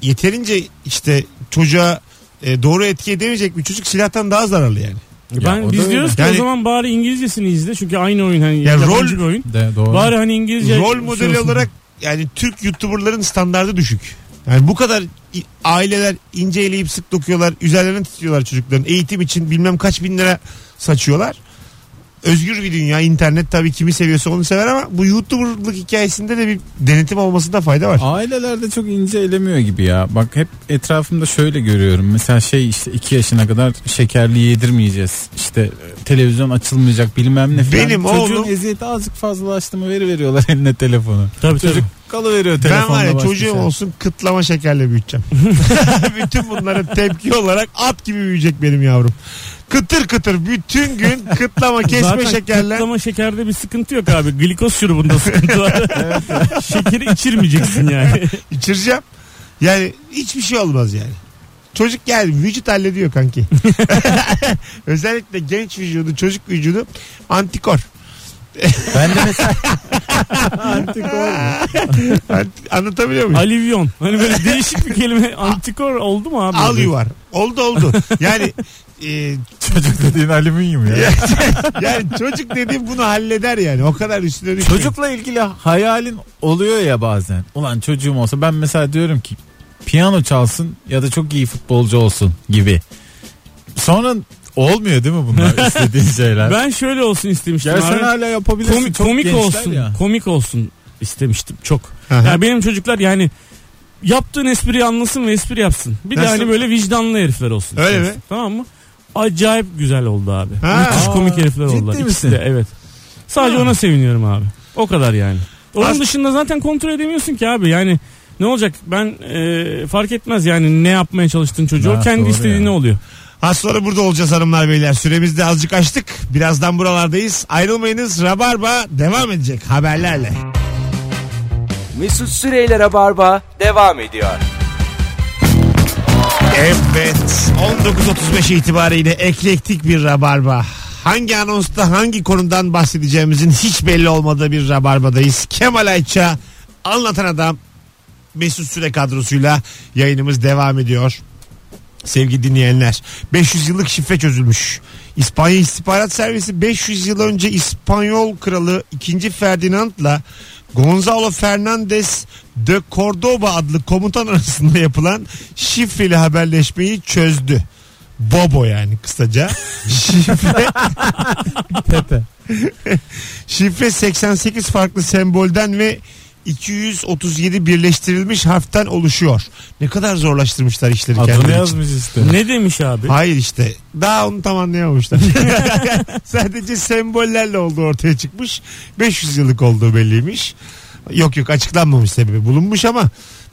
Speaker 2: yeterince işte çocuğa e, doğru etki edemeyecek bir çocuk silahtan daha zararlı yani.
Speaker 3: Ya o
Speaker 4: Ben
Speaker 3: da
Speaker 4: biz
Speaker 3: öyle.
Speaker 4: diyoruz ki
Speaker 2: Yani-
Speaker 4: o zaman bari İngilizcesini izle çünkü aynı oyun hani
Speaker 2: Ya
Speaker 4: yabancı
Speaker 2: rol-
Speaker 4: bir oyun.
Speaker 3: De, doğru.
Speaker 4: Bari hani İngilizce
Speaker 2: Rol
Speaker 4: şey
Speaker 2: modeli
Speaker 4: olsun.
Speaker 2: olarak yani Türk YouTuber'ların standardı düşük. Yani bu kadar i- aileler ince eleyip sık dokuyorlar, üzerlerine titriyorlar çocukların. Eğitim için bilmem kaç bin lira saçıyorlar. Özgür bir dünya internet tabii kimi seviyorsa onu sever ama bu YouTuber'lık hikayesinde de bir denetim olmasında fayda var.
Speaker 3: Ailelerde çok ince elemiyor gibi ya. Bak hep etrafımda şöyle görüyorum. Mesela şey işte 2 yaşına kadar şekerli yedirmeyeceğiz. İşte e, televizyon açılmayacak bilmem ne falan.
Speaker 2: Benim
Speaker 3: Çocuğun
Speaker 2: oğlum-
Speaker 3: eziyeti azıcık fazlalaştı mı veri veriyorlar eline telefonu.
Speaker 4: Tabii tabii.
Speaker 3: Çocuk kalıveriyor
Speaker 2: Ben
Speaker 3: telefonla
Speaker 2: var ya
Speaker 3: başka
Speaker 2: çocuğum
Speaker 3: şey.
Speaker 2: olsun kıtlama şekerle büyüteceğim. bütün bunların tepki olarak at gibi büyüyecek benim yavrum. Kıtır kıtır bütün gün kıtlama kesme
Speaker 4: Zaten
Speaker 2: şekerler.
Speaker 4: kıtlama şekerde bir sıkıntı yok abi. Glikoz şurubunda sıkıntı var. Şekeri içirmeyeceksin yani.
Speaker 2: İçireceğim. Yani hiçbir şey olmaz yani. Çocuk yani vücut hallediyor kanki. Özellikle genç vücudu, çocuk vücudu antikor.
Speaker 3: Ben de mesela
Speaker 2: Ant- Anlatabiliyor muyum?
Speaker 4: Alivyon. Hani böyle değişik bir kelime. Antikor oldu mu abi?
Speaker 2: Al yuvar. Oldu oldu. Yani e,
Speaker 3: çocuk dediğin alüminyum ya.
Speaker 2: yani çocuk dediğim bunu halleder yani. O kadar üstüne düşmüyor.
Speaker 3: Çocukla ilgili hayalin oluyor ya bazen. Ulan çocuğum olsa ben mesela diyorum ki piyano çalsın ya da çok iyi futbolcu olsun gibi. Sonra olmuyor değil mi bunlar istediğin şeyler?
Speaker 4: Ben şöyle olsun istemiştim
Speaker 3: Ya
Speaker 4: abi.
Speaker 3: sen hala yapabilirsin.
Speaker 4: Komik,
Speaker 3: Çok
Speaker 4: komik
Speaker 3: gençler
Speaker 4: olsun.
Speaker 3: ya.
Speaker 4: Komik olsun istemiştim çok.
Speaker 2: Aha.
Speaker 4: Ya benim çocuklar yani yaptığın espriyi anlasın ve espri yapsın. Bir de
Speaker 2: Nasıl?
Speaker 4: hani böyle vicdanlı herifler olsun.
Speaker 2: Öyle
Speaker 4: istersin.
Speaker 2: mi?
Speaker 4: Tamam mı? Acayip güzel oldu abi.
Speaker 2: Ha.
Speaker 4: Müthiş
Speaker 3: Aa,
Speaker 4: komik herifler
Speaker 3: ciddi
Speaker 4: oldular. ikisi
Speaker 3: misin?
Speaker 4: de, evet. Sadece ona seviniyorum abi. O kadar yani. Onun
Speaker 2: As-
Speaker 4: dışında zaten kontrol edemiyorsun ki abi. Yani ne olacak? Ben e, fark etmez yani ne yapmaya çalıştığın çocuğu.
Speaker 3: Ha,
Speaker 4: o kendi
Speaker 3: doğru
Speaker 4: istediği
Speaker 3: yani.
Speaker 4: ne oluyor?
Speaker 2: Az sonra burada olacağız hanımlar beyler. Süremiz de azıcık açtık. Birazdan buralardayız. Ayrılmayınız. Rabarba devam edecek haberlerle.
Speaker 1: Mesut Süreyler'e barba devam ediyor.
Speaker 2: Evet. 19.35 itibariyle eklektik bir rabarba. hangi anonsta hangi konudan bahsedeceğimizin hiç belli olmadığı bir rabarbadayız. Kemal Ayça anlatan adam Mesut Süre kadrosuyla yayınımız devam ediyor. Sevgili dinleyenler 500 yıllık şifre çözülmüş. İspanya İstihbarat Servisi 500 yıl önce İspanyol Kralı 2. Ferdinand'la Gonzalo Fernandez de Cordoba adlı komutan arasında yapılan şifreli haberleşmeyi çözdü. Bobo yani kısaca. Şifre
Speaker 3: Pepe.
Speaker 2: Şifre 88 farklı sembolden ve 237 birleştirilmiş harften oluşuyor. Ne kadar zorlaştırmışlar işleri
Speaker 3: Adını
Speaker 2: kendileri için.
Speaker 3: yazmış işte.
Speaker 4: Ne demiş abi?
Speaker 2: Hayır işte daha onu tam anlayamamışlar. Sadece sembollerle olduğu ortaya çıkmış. 500 yıllık olduğu belliymiş. Yok yok açıklanmamış sebebi bulunmuş ama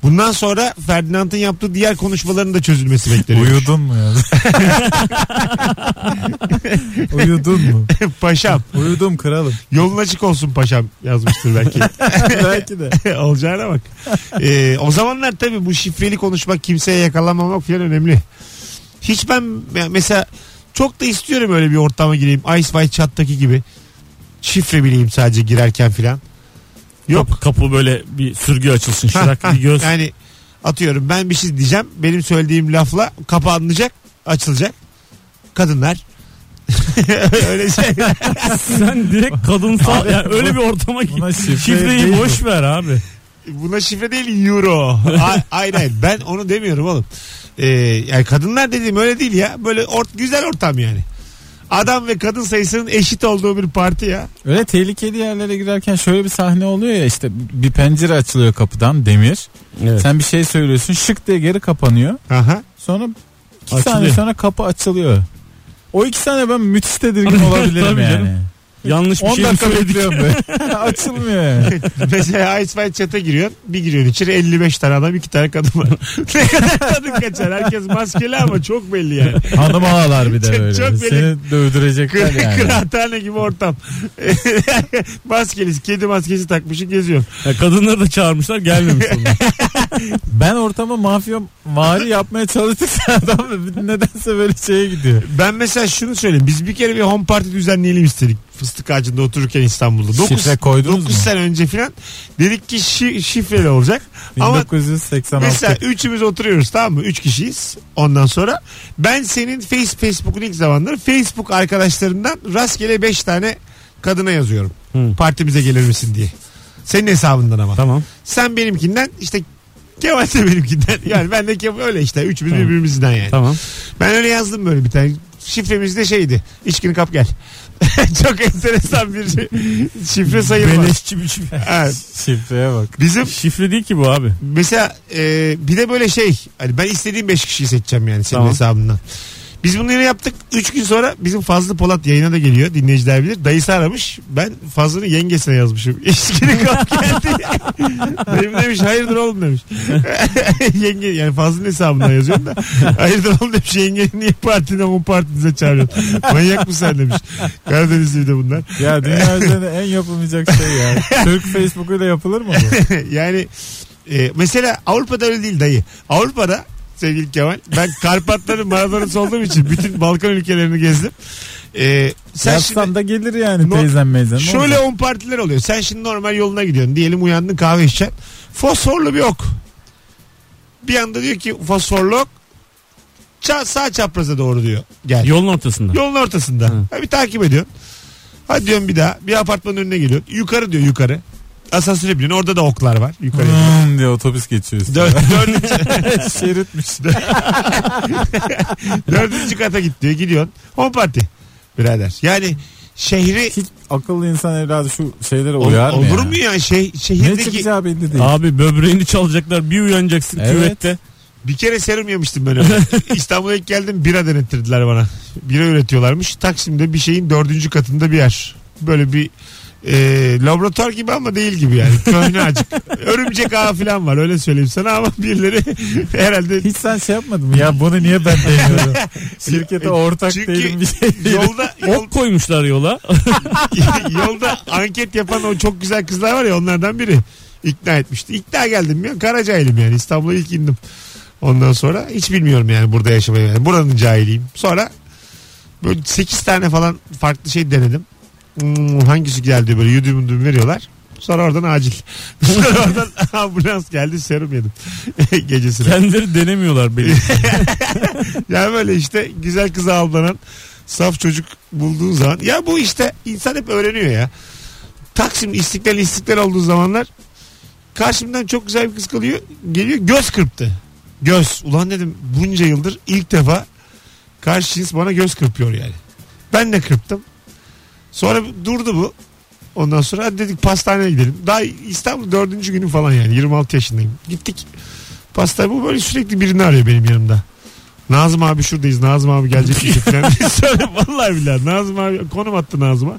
Speaker 2: bundan sonra Ferdinand'ın yaptığı diğer konuşmaların da çözülmesi bekleniyor.
Speaker 3: Uyudun mu ya? Uyudun mu?
Speaker 2: paşam
Speaker 3: Uyudum kralım.
Speaker 2: yolun açık olsun paşam yazmıştır belki.
Speaker 3: Belki de.
Speaker 2: Olacağına bak. Ee, o zamanlar tabii bu şifreli konuşmak kimseye yakalanmamak falan önemli. Hiç ben me- mesela çok da istiyorum öyle bir ortama gireyim. Ice White Chat'taki gibi. Şifre bileyim sadece girerken falan. Yok.
Speaker 4: Kapı, kapı böyle bir sürgü açılsın. Şırak bir göz.
Speaker 2: Yani atıyorum ben bir şey diyeceğim. Benim söylediğim lafla kapı alınacak, açılacak. Kadınlar. öyle şey.
Speaker 4: Sen direkt kadınsal
Speaker 3: Abi,
Speaker 4: yani
Speaker 3: bu-
Speaker 4: öyle bir ortama gir.
Speaker 3: Buna şifre değil
Speaker 4: Şifreyi
Speaker 3: bu.
Speaker 4: boş ver abi.
Speaker 2: Buna şifre değil euro. A- hayır hayır ben onu demiyorum oğlum. Ee, yani kadınlar dediğim öyle değil ya. Böyle ort güzel ortam yani. Adam ve kadın sayısının eşit olduğu bir parti ya.
Speaker 3: Öyle tehlikeli yerlere girerken şöyle bir sahne oluyor ya işte bir pencere açılıyor kapıdan demir.
Speaker 4: Evet.
Speaker 3: Sen bir şey söylüyorsun şık diye geri kapanıyor.
Speaker 2: Aha.
Speaker 3: Sonra iki
Speaker 4: Açılıyor.
Speaker 3: saniye sonra kapı açılıyor. O iki saniye ben müthiş tedirgin olabilirim
Speaker 4: Tabii canım.
Speaker 3: yani.
Speaker 4: Yanlış bir
Speaker 3: 10
Speaker 4: şey mi
Speaker 3: dakika
Speaker 4: söyledik?
Speaker 3: bekliyorum böyle. Açılmıyor yani.
Speaker 2: Mesela Ice White Chat'a giriyorsun. Bir giriyorsun içeri 55 tane adam 2 tane kadın var. ne kadar kadın kaçar. Herkes maskeli ama çok belli yani.
Speaker 3: Hanım ağlar bir de
Speaker 2: Çok-
Speaker 3: böyle.
Speaker 2: çok
Speaker 3: Seni dövdürecekler
Speaker 2: Kır-
Speaker 3: yani.
Speaker 2: Kıraathane gibi ortam. Maskeli, kedi maskesi takmışsın geziyor.
Speaker 4: Ya kadınları da çağırmışlar gelmemiş onlar.
Speaker 3: Ben ortama mafya mari yapmaya çalıştıkça adam nedense böyle şeye gidiyor.
Speaker 2: Ben mesela şunu söyleyeyim. Biz bir kere bir home party düzenleyelim istedik. Fıstık ağacında otururken İstanbul'da. 9
Speaker 3: Şifre koydunuz mu?
Speaker 2: 9 sene önce filan dedik ki şi- şifreli olacak. Ama
Speaker 3: 1986.
Speaker 2: mesela üçümüz oturuyoruz tamam mı? Üç kişiyiz. Ondan sonra ben senin face Facebook'un ilk zamanları Facebook arkadaşlarından rastgele beş tane kadına yazıyorum.
Speaker 4: Hı.
Speaker 2: Partimize gelir misin diye. Senin hesabından ama.
Speaker 4: tamam.
Speaker 2: Sen benimkinden işte Kemal de benimkinden. Yani ben de Kemal öyle işte. Üçümüz
Speaker 4: Tamam.
Speaker 2: birbirimizden yani.
Speaker 4: Tamam.
Speaker 2: Ben öyle yazdım böyle bir tane. Şifremiz de şeydi. İçkini kap gel. Çok enteresan bir şey. şifre sayılmaz.
Speaker 3: Beleşçi bir şifre.
Speaker 2: Evet.
Speaker 3: Şifreye bak.
Speaker 2: Bizim
Speaker 4: Şifre değil ki bu abi.
Speaker 2: mesela e, bir de böyle şey. Hani ben istediğim 5 kişiyi seçeceğim yani senin
Speaker 4: Tamam.
Speaker 2: hesabından. Biz bunu yine yaptık. 3 gün sonra bizim Fazlı Polat yayına da geliyor. Dinleyiciler bilir. Dayısı aramış. Ben Fazlı'nın yengesine yazmışım. İçkini kap geldi. Dayım demiş hayırdır oğlum demiş. Yenge yani Fazlı'nın hesabından yazıyorum da. Hayırdır oğlum demiş. Yenge niye partine bu partinize çağırıyorsun? Manyak mısın sen demiş. Karadenizli bir de bunlar.
Speaker 3: Ya dünya üzerinde en yapılmayacak şey ya. Türk Facebook'uyla yapılır mı bu?
Speaker 2: yani e, mesela Avrupa'da öyle değil dayı. Avrupa'da sevgili Kemal ben Karpatların Maradona'sı olduğum için bütün Balkan ülkelerini gezdim. E, sen
Speaker 3: Yapsam da gelir yani
Speaker 2: No-
Speaker 3: teyzem meyzem.
Speaker 2: şimdi, şöyle on partiler oluyor. Sen şimdi normal yoluna gidiyorsun. Diyelim uyandın kahve içeceksin. Fosforlu bir ok. Bir anda diyor ki fosforlu ok ça- sağ çapraza doğru diyor. Gel.
Speaker 4: Yolun ortasında.
Speaker 2: Yolun ortasında.
Speaker 4: Hı.
Speaker 2: Ha, bir takip ediyorsun. Hadi diyorum bir daha. Bir apartmanın önüne geliyorsun. Yukarı diyor yukarı. Asansöre biniyorsun. Orada da oklar var. Yukarı.
Speaker 3: Hmm diye otobüs geçiyor. üstüne.
Speaker 2: Dör, dördüncü,
Speaker 3: Şeritmiş.
Speaker 2: dördüncü kata git diyor. Gidiyorsun. Home party. Birader. Yani şehri
Speaker 3: Hiç akıllı insan evladı şu şeylere
Speaker 2: Ol-
Speaker 3: uyar mı?
Speaker 2: olur
Speaker 3: ya?
Speaker 2: mu ya? Şey,
Speaker 3: Ne
Speaker 2: şehirdeki
Speaker 3: çıkacağı belli değil.
Speaker 4: Abi böbreğini çalacaklar bir uyanacaksın
Speaker 3: Evet.
Speaker 4: küvette.
Speaker 2: bir kere serum yemiştim ben öyle. İstanbul'a ilk geldim bira denettirdiler bana. Bira üretiyorlarmış. Taksim'de bir şeyin dördüncü katında bir yer. Böyle bir e, laboratuvar gibi ama değil gibi yani. Köhne acık. Örümcek ağı falan var öyle söyleyeyim sana ama birileri herhalde
Speaker 3: Hiç sen şey yapmadın mı? Ya bunu niye ben demiyorum? Şirkete ortak
Speaker 2: E, Çünkü-
Speaker 3: değilim bir şey değilim.
Speaker 2: yolda yol-
Speaker 4: Ok koymuşlar yola.
Speaker 2: yolda anket yapan o çok güzel kızlar var ya onlardan biri ikna etmişti. İkna geldim ya Karacahil'im yani İstanbul'a ilk indim. Ondan sonra hiç bilmiyorum yani burada yaşamayı. Yani buranın cahiliyim. Sonra Böyle 8 tane falan farklı şey denedim. Hmm, hangisi geldi böyle yudum yudum veriyorlar. Sonra oradan acil. Sonra oradan ambulans geldi serum yedim. Gecesine.
Speaker 4: Kendileri denemiyorlar beni.
Speaker 2: Yani böyle işte güzel kıza avlanan saf çocuk bulduğun zaman. Ya bu işte insan hep öğreniyor ya. Taksim istiklal istiklal olduğu zamanlar karşımdan çok güzel bir kız kalıyor. Geliyor göz kırptı. Göz. Ulan dedim bunca yıldır ilk defa karşı cins bana göz kırpıyor yani. Ben de kırptım. Sonra durdu bu. Ondan sonra hadi dedik pastaneye gidelim. Daha İstanbul dördüncü günü falan yani. 26 yaşındayım. Gittik. Pastane bu böyle sürekli birini arıyor benim yanımda. Nazım abi şuradayız. Nazım abi gelecek şey misin falan. Sonra vallahi billahi Nazım abi konum attı Nazım'a.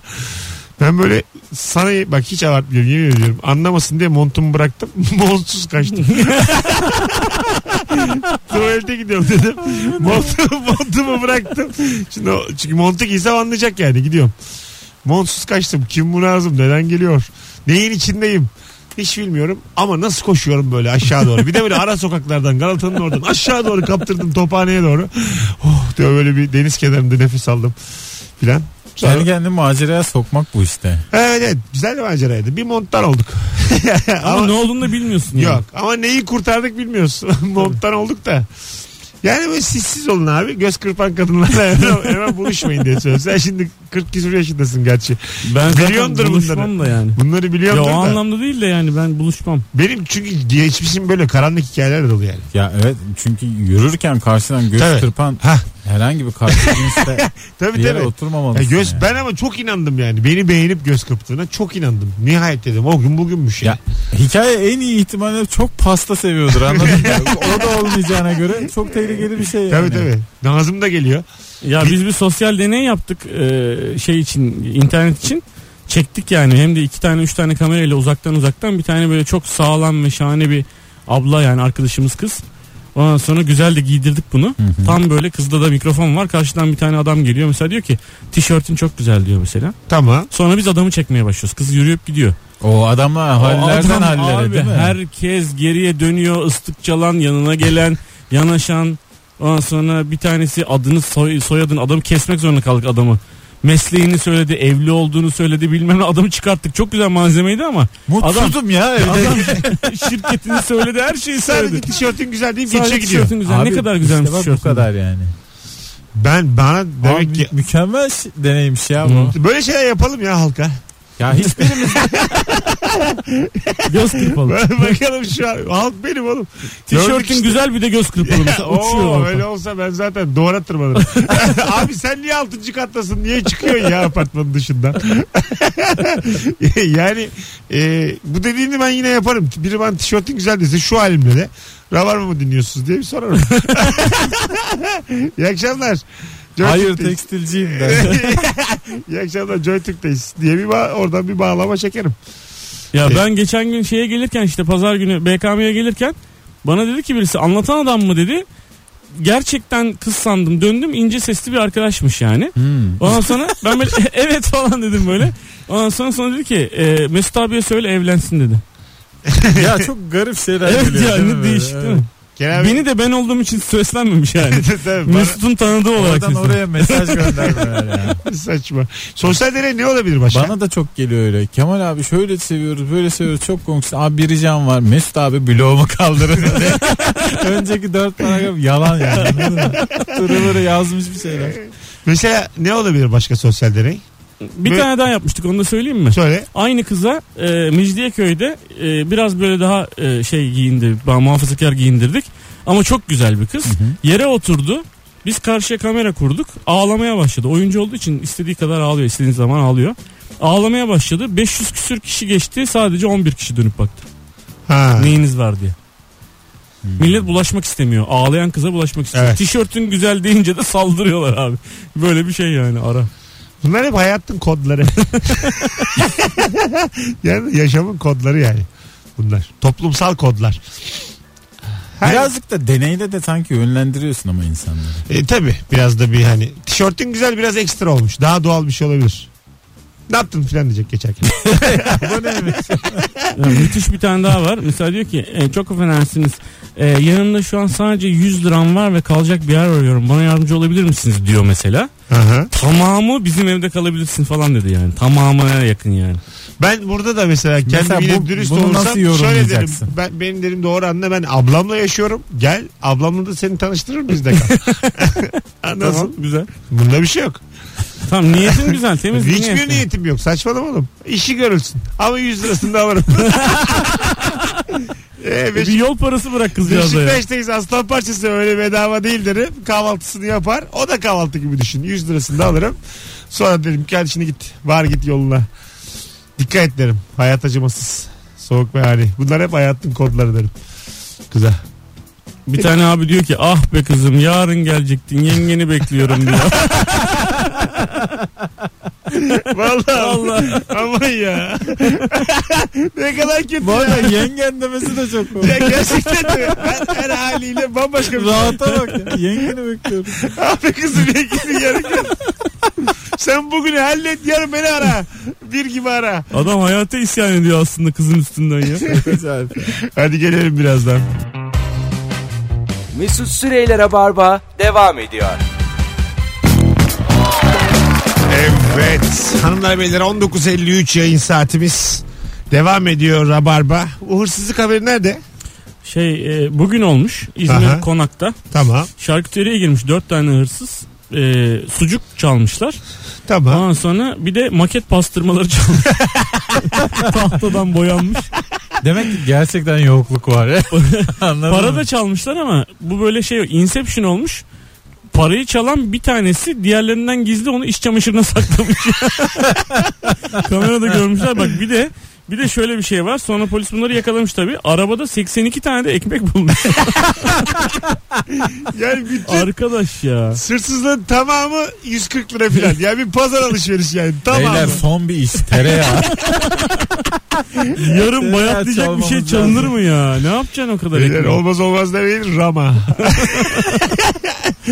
Speaker 2: Ben böyle sana bak hiç abartmıyorum yemin ediyorum. Anlamasın diye montumu bıraktım. Montsuz kaçtım. Tuvalete gidiyorum dedim. Montumu, montumu bıraktım. Şimdi o- çünkü montu giysem anlayacak yani gidiyorum. Montsuz kaçtım. Kim bu Nazım? Neden geliyor? Neyin içindeyim? Hiç bilmiyorum ama nasıl koşuyorum böyle aşağı doğru. Bir de böyle ara sokaklardan Galata'nın oradan aşağı doğru kaptırdım tophaneye doğru. Oh diyor böyle bir deniz kenarında nefes aldım filan. Sonra-
Speaker 3: Kendi kendini maceraya sokmak bu işte.
Speaker 2: Evet, evet güzel bir maceraydı. Bir monttan olduk.
Speaker 4: Ama,
Speaker 2: ama
Speaker 4: ne olduğunu da bilmiyorsun. yani.
Speaker 2: yok ama neyi kurtardık bilmiyoruz. monttan olduk da. Yani böyle sissiz olun abi. Göz kırpan kadınlarla hemen, hemen buluşmayın diye söylüyorum. Sen şimdi 40 küsur yaşındasın gerçi.
Speaker 4: Ben zaten
Speaker 2: Biliyordur
Speaker 4: buluşmam da yani.
Speaker 2: Bunları
Speaker 4: Ya
Speaker 2: biliyorum
Speaker 4: o
Speaker 2: da.
Speaker 4: anlamda değil de yani ben buluşmam.
Speaker 2: Benim çünkü geçmişim böyle karanlık hikayeler dolu yani.
Speaker 3: Ya evet çünkü yürürken karşıdan göz
Speaker 2: Tabii.
Speaker 3: kırpan
Speaker 2: Hah.
Speaker 3: herhangi bir karşı cinste bir
Speaker 2: Tabii
Speaker 3: yere
Speaker 2: tabii. Ya
Speaker 3: oturmamalısın.
Speaker 2: göz
Speaker 3: yani.
Speaker 2: ben ama çok inandım yani. Beni beğenip göz kırptığına çok inandım. Nihayet dedim o gün bugünmüş yani.
Speaker 3: Ya hikaye en iyi ihtimalle çok pasta seviyordur anladın mı? o da olmayacağına göre çok tehlikeli bir şey yani.
Speaker 2: Tabii tabii. Nazım da geliyor.
Speaker 4: Ya biz bir sosyal deney yaptık e, şey için internet için. Çektik yani hem de iki tane üç tane kamerayla uzaktan uzaktan bir tane böyle çok sağlam ve şahane bir abla yani arkadaşımız kız. Ondan sonra güzel de giydirdik bunu. Tam böyle kızda da mikrofon var. Karşıdan bir tane adam geliyor mesela diyor ki tişörtün çok güzel diyor mesela.
Speaker 2: Tamam.
Speaker 4: Sonra biz adamı çekmeye başlıyoruz. Kız yürüyüp gidiyor.
Speaker 3: O adamlar hallerden
Speaker 4: Adam
Speaker 3: hallere
Speaker 4: abi,
Speaker 3: değil mi?
Speaker 4: Herkes geriye dönüyor ıslıkçalan yanına gelen yanaşan ondan sonra bir tanesi adını soy, soyadını adamı kesmek zorunda kaldık adamı. Mesleğini söyledi, evli olduğunu söyledi bilmem ne adamı çıkarttık. Çok güzel malzemeydi ama
Speaker 3: Mutsuzum ya evde.
Speaker 4: adam şirketini söyledi her şeyi
Speaker 2: Sadece
Speaker 4: söyledi.
Speaker 2: tişörtün güzel deyip
Speaker 4: Sadece
Speaker 2: geçiyor gidiyor.
Speaker 4: tişörtün güzel.
Speaker 3: Abi,
Speaker 4: ne kadar güzelmiş
Speaker 3: işte bak
Speaker 4: tişörtün.
Speaker 3: bu kadar yani.
Speaker 2: Ben bana
Speaker 3: Abi,
Speaker 2: demek ki
Speaker 3: mükemmel şey- deneymiş ya bu.
Speaker 4: Hı.
Speaker 2: böyle şeyler yapalım ya halka.
Speaker 3: Ya hiçbirimiz
Speaker 4: Göz kırpalı.
Speaker 2: Bakalım şu an halk benim oğlum. Gördük
Speaker 4: Tişörtün
Speaker 2: işte.
Speaker 4: güzel bir de göz kırpalı. Mesela uçuyor.
Speaker 2: Oo,
Speaker 4: ortadan.
Speaker 2: öyle olsa ben zaten duvara tırmanırım. Abi sen niye altıncı kattasın? Niye çıkıyorsun ya apartmanın dışından? yani e, bu dediğini ben yine yaparım. Biri bana tişörtün güzel dese şu halimle de var mı dinliyorsunuz diye bir sorarım. İyi akşamlar. Joy
Speaker 3: hayır
Speaker 2: Türk'teyiz.
Speaker 3: tekstilciyim ben.
Speaker 2: İyi akşamlar Joy Türk'teyiz diye bir ba- oradan bir bağlama çekerim.
Speaker 4: Ya
Speaker 2: Evet.
Speaker 4: ben geçen gün şeye gelirken işte pazar günü BKM'ye gelirken bana dedi ki birisi anlatan adam mı dedi. Gerçekten kız sandım döndüm ince sesli bir arkadaşmış yani.
Speaker 3: Hmm.
Speaker 4: Ondan sonra ben böyle evet falan dedim böyle. Ondan sonra sonra dedi ki e, Mesut abiye söyle evlensin dedi.
Speaker 3: ya çok garip şeyler
Speaker 4: Evet
Speaker 3: geliyor değil mi
Speaker 4: yani
Speaker 3: böyle?
Speaker 4: değişik değil
Speaker 3: Evet.
Speaker 4: mi?
Speaker 2: Kenan
Speaker 4: Beni de ben olduğum için seslenmemiş yani.
Speaker 2: Tabii, bana-
Speaker 4: Mesut'un tanıdığı olarak
Speaker 3: Oradan
Speaker 4: seslenmiş.
Speaker 3: oraya mesaj göndermeler ya.
Speaker 2: Saçma. Sosyal deney ne olabilir başka?
Speaker 3: Bana da çok geliyor öyle. Kemal abi şöyle seviyoruz böyle seviyoruz çok komiksin. Abi bir ricam var. Mesut abi bloğumu kaldırın. Önceki dört paragraf yalan yani. anladın mı? Tırıları yazmış bir şeyler.
Speaker 2: Mesela ne olabilir başka sosyal deney?
Speaker 4: Bir tane daha yapmıştık onu da söyleyeyim mi?
Speaker 2: Söyle.
Speaker 4: Aynı kıza e, Mecidiyeköy'de e, biraz böyle daha e, şey giyindi, ba- muhafazakar giyindirdik. Ama çok güzel bir kız. Yere oturdu. Biz karşıya kamera kurduk. Ağlamaya başladı. Oyuncu olduğu için istediği kadar ağlıyor, istediği zaman ağlıyor. Ağlamaya başladı. 500 küsür kişi geçti. Sadece 11 kişi dönüp baktı.
Speaker 2: Ha.
Speaker 4: Neyiniz var diye. Millet bulaşmak istemiyor. Ağlayan kıza bulaşmak istemiyor.
Speaker 2: Evet.
Speaker 4: Tişörtün güzel deyince de saldırıyorlar abi. Böyle bir şey yani ara.
Speaker 2: Bunlar hep hayatın kodları. yani yaşamın kodları yani. Bunlar. Toplumsal kodlar. Her, biraz
Speaker 3: Birazcık da deneyle de sanki yönlendiriyorsun ama insanları.
Speaker 2: e, tabii biraz da bir hani tişörtün güzel biraz ekstra olmuş. Daha doğal bir şey olabilir. Ne yaptın filan diyecek geçerken.
Speaker 4: Yani müthiş bir tane daha var. Mesela diyor ki e, çok affedersiniz. E, yanımda şu an sadece 100 liram var ve kalacak bir yer arıyorum. Bana yardımcı olabilir misiniz diyor mesela.
Speaker 2: Aha.
Speaker 4: Tamamı bizim evde kalabilirsin falan dedi yani. Tamamına yakın yani.
Speaker 2: Ben burada da mesela kendim
Speaker 3: Mesela
Speaker 2: yine
Speaker 3: bu-
Speaker 2: dürüst
Speaker 3: bunu
Speaker 2: olursam
Speaker 3: nasıl
Speaker 2: şöyle derim.
Speaker 3: yorumlayacaksın?
Speaker 2: Ben, benim derim doğru anne ben ablamla yaşıyorum. Gel ablamla da seni tanıştırır bizde kal. Anladın
Speaker 4: Tamam güzel.
Speaker 2: Bunda bir şey yok.
Speaker 4: Tamam niyetin güzel temiz bir
Speaker 2: Hiçbir
Speaker 4: niyet.
Speaker 2: niyetim yok. Saçmalama oğlum. İşi görülsün. Ama 100 lirasını da alırım. ee,
Speaker 4: E, Bir
Speaker 2: Beşik-
Speaker 4: yol parası bırak kızcağıza ya.
Speaker 2: Beşiktaş'tayız aslan parçası öyle bedava değil derim. Kahvaltısını yapar. O da kahvaltı gibi düşün. 100 lirasını da alırım. Sonra derim ki hadi şimdi git. Var git yoluna. Dikkat et derim. Hayat acımasız. Soğuk ve ani. Bunlar hep hayatın kodları derim. Kıza.
Speaker 4: Bir tane abi diyor ki ah be kızım yarın gelecektin yengeni bekliyorum diyor.
Speaker 2: Vallahi
Speaker 4: Allah.
Speaker 2: aman ya. ne kadar kötü. ya.
Speaker 3: Vay be yengen demesi de çok komik.
Speaker 2: Ya gerçekten de her, her haliyle bambaşka bir şey.
Speaker 3: Rahata bak ya. Yengeni bekliyorum.
Speaker 2: Abi kızım niye gittin yarın gel. Sen bugün hallet yarın beni ara. Bir gibi ara.
Speaker 4: Adam hayata isyan ediyor aslında kızın üstünden ya.
Speaker 2: Hadi gelelim birazdan.
Speaker 1: Mesut Süreyler'e barba devam ediyor.
Speaker 2: Evet. Hanımlar beyler 19.53 yayın saatimiz. Devam ediyor Rabarba. O hırsızlık haberi nerede?
Speaker 4: Şey e, bugün olmuş İzmir
Speaker 2: Aha.
Speaker 4: Konak'ta
Speaker 2: Tamam.
Speaker 4: şarküteriye girmiş dört tane hırsız. E, sucuk çalmışlar.
Speaker 2: Tamam.
Speaker 4: Ondan sonra bir de maket pastırmaları çalmış. Tahtadan boyanmış.
Speaker 3: Demek ki gerçekten yokluk var. Anladın
Speaker 4: Para
Speaker 3: mı?
Speaker 4: da çalmışlar ama bu böyle şey yok. Inception olmuş. Parayı çalan bir tanesi diğerlerinden gizli onu iç çamaşırına saklamış. Kamerada görmüşler bak bir de bir de şöyle bir şey var. Sonra polis bunları yakalamış tabii. Arabada 82 tane de ekmek bulmuş.
Speaker 2: Yani bütün
Speaker 4: Arkadaş ya.
Speaker 2: hırsızlığın tamamı 140 lira falan. Yani bir pazar alışverişi yani. Tamamı.
Speaker 3: Beyler son bir iş tereyağı.
Speaker 4: Yarın
Speaker 3: Tereyağı
Speaker 4: bayatlayacak bir şey
Speaker 3: çalmamız
Speaker 4: çalınır
Speaker 3: lazım.
Speaker 4: mı ya? Ne yapacaksın o kadar
Speaker 2: Beyler,
Speaker 4: ekmek?
Speaker 2: olmaz olmaz da değil Rama.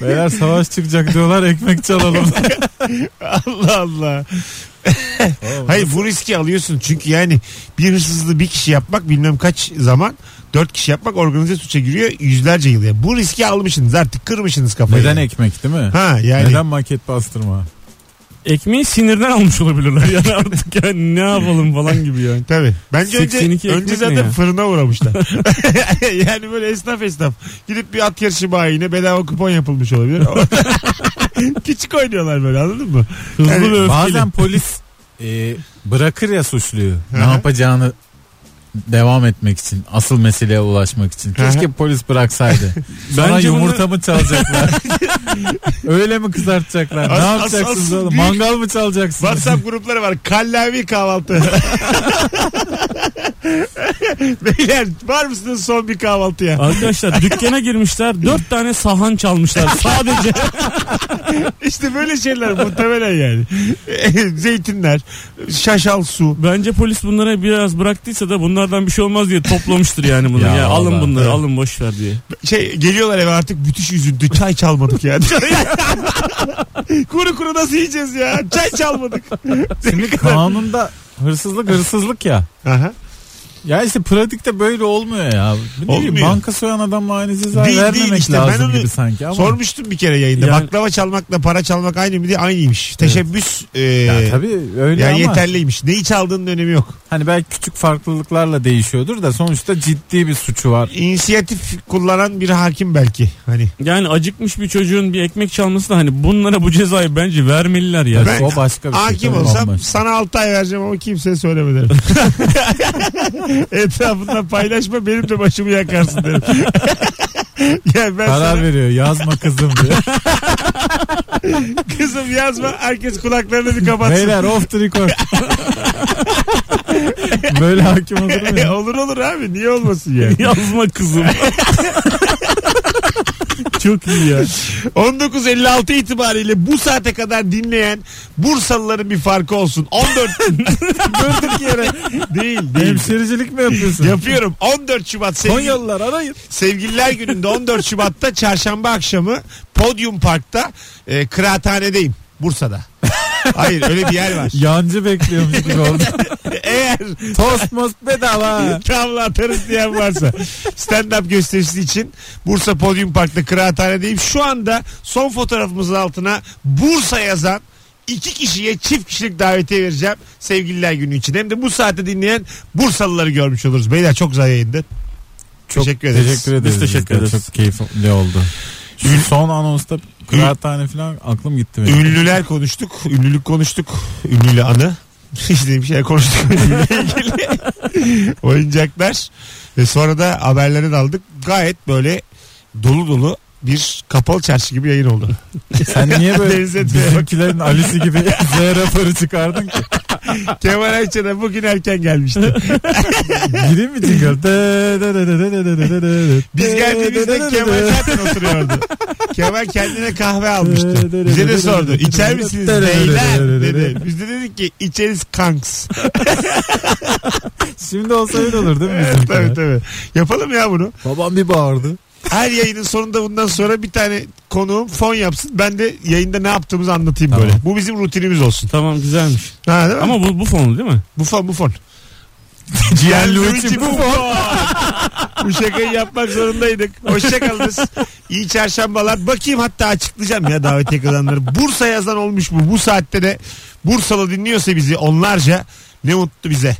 Speaker 3: Beyler savaş çıkacak diyorlar ekmek çalalım.
Speaker 2: Allah Allah. Hayır bu riski alıyorsun çünkü yani bir hırsızlığı bir kişi yapmak bilmem kaç zaman dört kişi yapmak organize suça giriyor yüzlerce yıl. Yani bu riski almışsınız artık kırmışsınız kafayı.
Speaker 3: Neden
Speaker 2: Yani.
Speaker 3: ekmek değil mi?
Speaker 2: Ha yani
Speaker 3: Neden maket bastırma?
Speaker 4: Ekmeği sinirden almış olabilirler yani artık yani ne yapalım falan gibi yani.
Speaker 2: tabii. Bence önce,
Speaker 4: 82 ekmek
Speaker 2: önce
Speaker 4: ne
Speaker 2: zaten
Speaker 4: ya?
Speaker 2: fırına uğramışlar. yani böyle esnaf esnaf. Gidip bir at yarışı bayine bedava kupon yapılmış olabilir. Küçük oynuyorlar böyle anladın mı?
Speaker 4: Hızlı
Speaker 2: Yani
Speaker 4: ve
Speaker 3: Hani
Speaker 4: öfkeli.
Speaker 3: Bazen polis e, bırakır ya suçluyu. ne
Speaker 2: Hı hı.
Speaker 3: yapacağını devam etmek için. Asıl meseleye ulaşmak için.
Speaker 2: Hı hı.
Speaker 3: Keşke polis bıraksaydı. Sonra
Speaker 4: Bence bunu-
Speaker 3: yumurta mı çalacaklar? Öyle mi kızartacaklar?
Speaker 2: As-
Speaker 3: ne
Speaker 2: as-
Speaker 3: yapacaksınız
Speaker 2: asıl
Speaker 3: oğlum?
Speaker 2: büyük-
Speaker 3: Mangal mı çalacaksınız?
Speaker 2: WhatsApp grupları var. Kallavi kahvaltı. Beyler var mısınız son bir kahvaltıya?
Speaker 4: Arkadaşlar dükkana girmişler dört tane sahan çalmışlar sadece.
Speaker 2: İşte böyle şeyler muhtemelen yani. Zeytinler, şaşal su.
Speaker 4: Bence polis bunlara biraz bıraktıysa da bunlardan bir şey olmaz diye toplamıştır yani bunu.
Speaker 3: Ya
Speaker 4: Ya, alın
Speaker 3: vallahi.
Speaker 4: bunları
Speaker 2: Evet.
Speaker 4: alın boş ver diye.
Speaker 2: Şey geliyorlar eve artık müthiş üzüntü. Çay çalmadık yani. kuru kuru nasıl yiyeceğiz ya? Çay çalmadık.
Speaker 3: Şimdi kanunda hırsızlık hırsızlık ya.
Speaker 2: Aha.
Speaker 3: Ya işte pratikte böyle olmuyor ya. Ne bileyim,
Speaker 2: Olmuyor.
Speaker 3: banka soyan adamla aynı ceza
Speaker 2: Değil, değil
Speaker 3: vermemek
Speaker 2: işte. Ben
Speaker 3: lazım
Speaker 2: onu
Speaker 3: gibi sanki ama.
Speaker 2: Sormuştum bir kere yayında.
Speaker 4: Yani-
Speaker 2: Baklava çalmakla para çalmak aynı mı diye aynıymış. Teşebbüs e,
Speaker 3: Ya tabii öyle
Speaker 2: yani
Speaker 3: ama.
Speaker 2: yeterliymiş. Neyi çaldığının önemi yok.
Speaker 3: Hani belki küçük farklılıklarla değişiyordur da sonuçta ciddi bir suçu var.
Speaker 2: inisiyatif kullanan bir hakim belki. Hani
Speaker 4: Yani acıkmış bir çocuğun bir ekmek çalması da hani bunlara bu cezayı bence vermeliler ya.
Speaker 2: Ben-
Speaker 3: o başka bir şey.
Speaker 2: hakim
Speaker 3: tabii
Speaker 2: olsam
Speaker 3: bambaşka.
Speaker 2: sana 6 ay vereceğim ama kimseye söyleme derim. Etrafında paylaşma benim de başımı yakarsın derim. yani ben
Speaker 3: Karar
Speaker 2: sana
Speaker 3: veriyor yazma kızım diyor.
Speaker 2: kızım yazma herkes kulaklarını bir kapatsın.
Speaker 3: Beyler off the record. Böyle hakim olur mu?
Speaker 2: E,
Speaker 3: ya?
Speaker 2: olur olur abi niye olmasın yani.
Speaker 4: Yazma kızım. Çok iyi ya.
Speaker 2: 19.56 itibariyle bu saate kadar dinleyen Bursalıların bir farkı olsun. 14 durduk yere. Değil değil.
Speaker 3: Hemşiricilik mi yapıyorsun?
Speaker 2: Yapıyorum 14 Şubat sevgili
Speaker 3: Konyalılar arayın.
Speaker 2: Sevgililer gününde 14 Şubat'ta çarşamba akşamı Podium Park'ta e, kıraathanedeyim Bursa'da. Hayır öyle bir yer var.
Speaker 3: Yancı bekliyormuş gibi oldu.
Speaker 2: Eğer
Speaker 3: Tost most bedava.
Speaker 2: tavla atarız diyen varsa stand-up gösterisi için Bursa Podyum Park'ta kıraathanedeyim. Şu anda son fotoğrafımızın altına Bursa yazan iki kişiye çift kişilik davetiye vereceğim sevgililer günü için. Hem de bu saate dinleyen Bursalıları görmüş oluruz. Beyler çok güzel yayındı.
Speaker 3: Çok
Speaker 2: Teşekkür ederiz.
Speaker 3: Teşekkür ederiz.
Speaker 4: Biz teşekkür
Speaker 3: Bizden
Speaker 4: ederiz.
Speaker 3: Çok keyifli oldu. Şu son anonsta kıraathane falan aklım gitti benim.
Speaker 2: Ünlüler konuştuk. Ünlülük konuştuk. Ünlüyle anı. İşte bir şeyler konuştuk ünlüyle ilgili. Oyuncaklar. Ve sonra da haberleri de aldık. Gayet böyle dolu dolu bir kapalı çarşı gibi yayın oldu.
Speaker 3: Sen niye böyle
Speaker 2: Benzetmeye bak.
Speaker 3: bizimkilerin Alice'i gibi Z raporu çıkardın ki?
Speaker 2: Kemal Ayça da bugün erken gelmişti.
Speaker 3: Gireyim mi jingle? Dı dı dı dı dı dı dı dı dı dı.
Speaker 2: Biz
Speaker 3: Dı dı
Speaker 2: geldiğimizde
Speaker 3: dı dı
Speaker 2: Kemal
Speaker 3: dı.
Speaker 2: zaten oturuyordu. Kemal kendine kahve almıştı. Bize de sordu. İçer misiniz beyler? dedi. Biz de dedik ki içeriz kanks.
Speaker 3: Şimdi olsa öyle olur değil mi
Speaker 2: Evet,
Speaker 3: bizimkiler?
Speaker 2: tabii tabii. Yapalım ya bunu.
Speaker 3: Babam bir bağırdı.
Speaker 2: Her yayının sonunda bundan sonra bir tane konuğum fon yapsın. Ben de yayında ne yaptığımızı anlatayım
Speaker 3: Tamam.
Speaker 2: böyle. Bu bizim rutinimiz olsun.
Speaker 4: Tamam güzelmiş.
Speaker 2: Ha, değil mi?
Speaker 4: Ama bu, bu fonu değil mi?
Speaker 2: bu fon bu fon.
Speaker 3: Gianluigi bu fon.
Speaker 2: Bu şakayı yapmak zorundaydık. Hoşçakalınız. İyi çarşambalar. Bakayım hatta açıklayacağım ya davetiye kazanları. Bursa yazan olmuş bu. Bu saatte de Bursalı dinliyorsa bizi onlarca ne mutlu bize.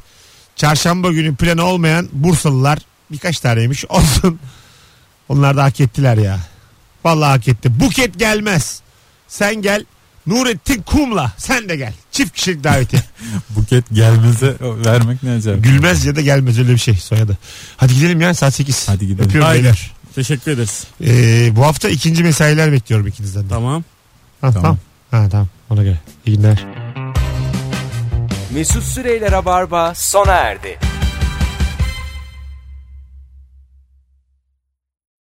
Speaker 2: Çarşamba günü planı olmayan Bursalılar birkaç taneymiş olsun. Onlar da hak ettiler ya. Vallahi hak etti. Buket gelmez. Sen gel. Nurettin Kum'la sen de gel. Çift kişilik davetiye.
Speaker 3: Buket gelmeze vermek ne acayip.
Speaker 2: Gülmez ya da gelmez öyle bir şey soyadı. Hadi gidelim ya saat 8.
Speaker 3: Hadi gidelim.
Speaker 2: Öpüyorum
Speaker 4: Haydi.
Speaker 2: beyler.
Speaker 4: Teşekkür ederiz.
Speaker 2: Ee, bu hafta ikinci mesailer bekliyorum ikinizden de.
Speaker 4: Tamam.
Speaker 2: Ha,
Speaker 3: Tamam.
Speaker 2: tamam. Ha, tamam. Ona göre. İyi günler.
Speaker 1: Mesut Süreyler'e barba sona erdi.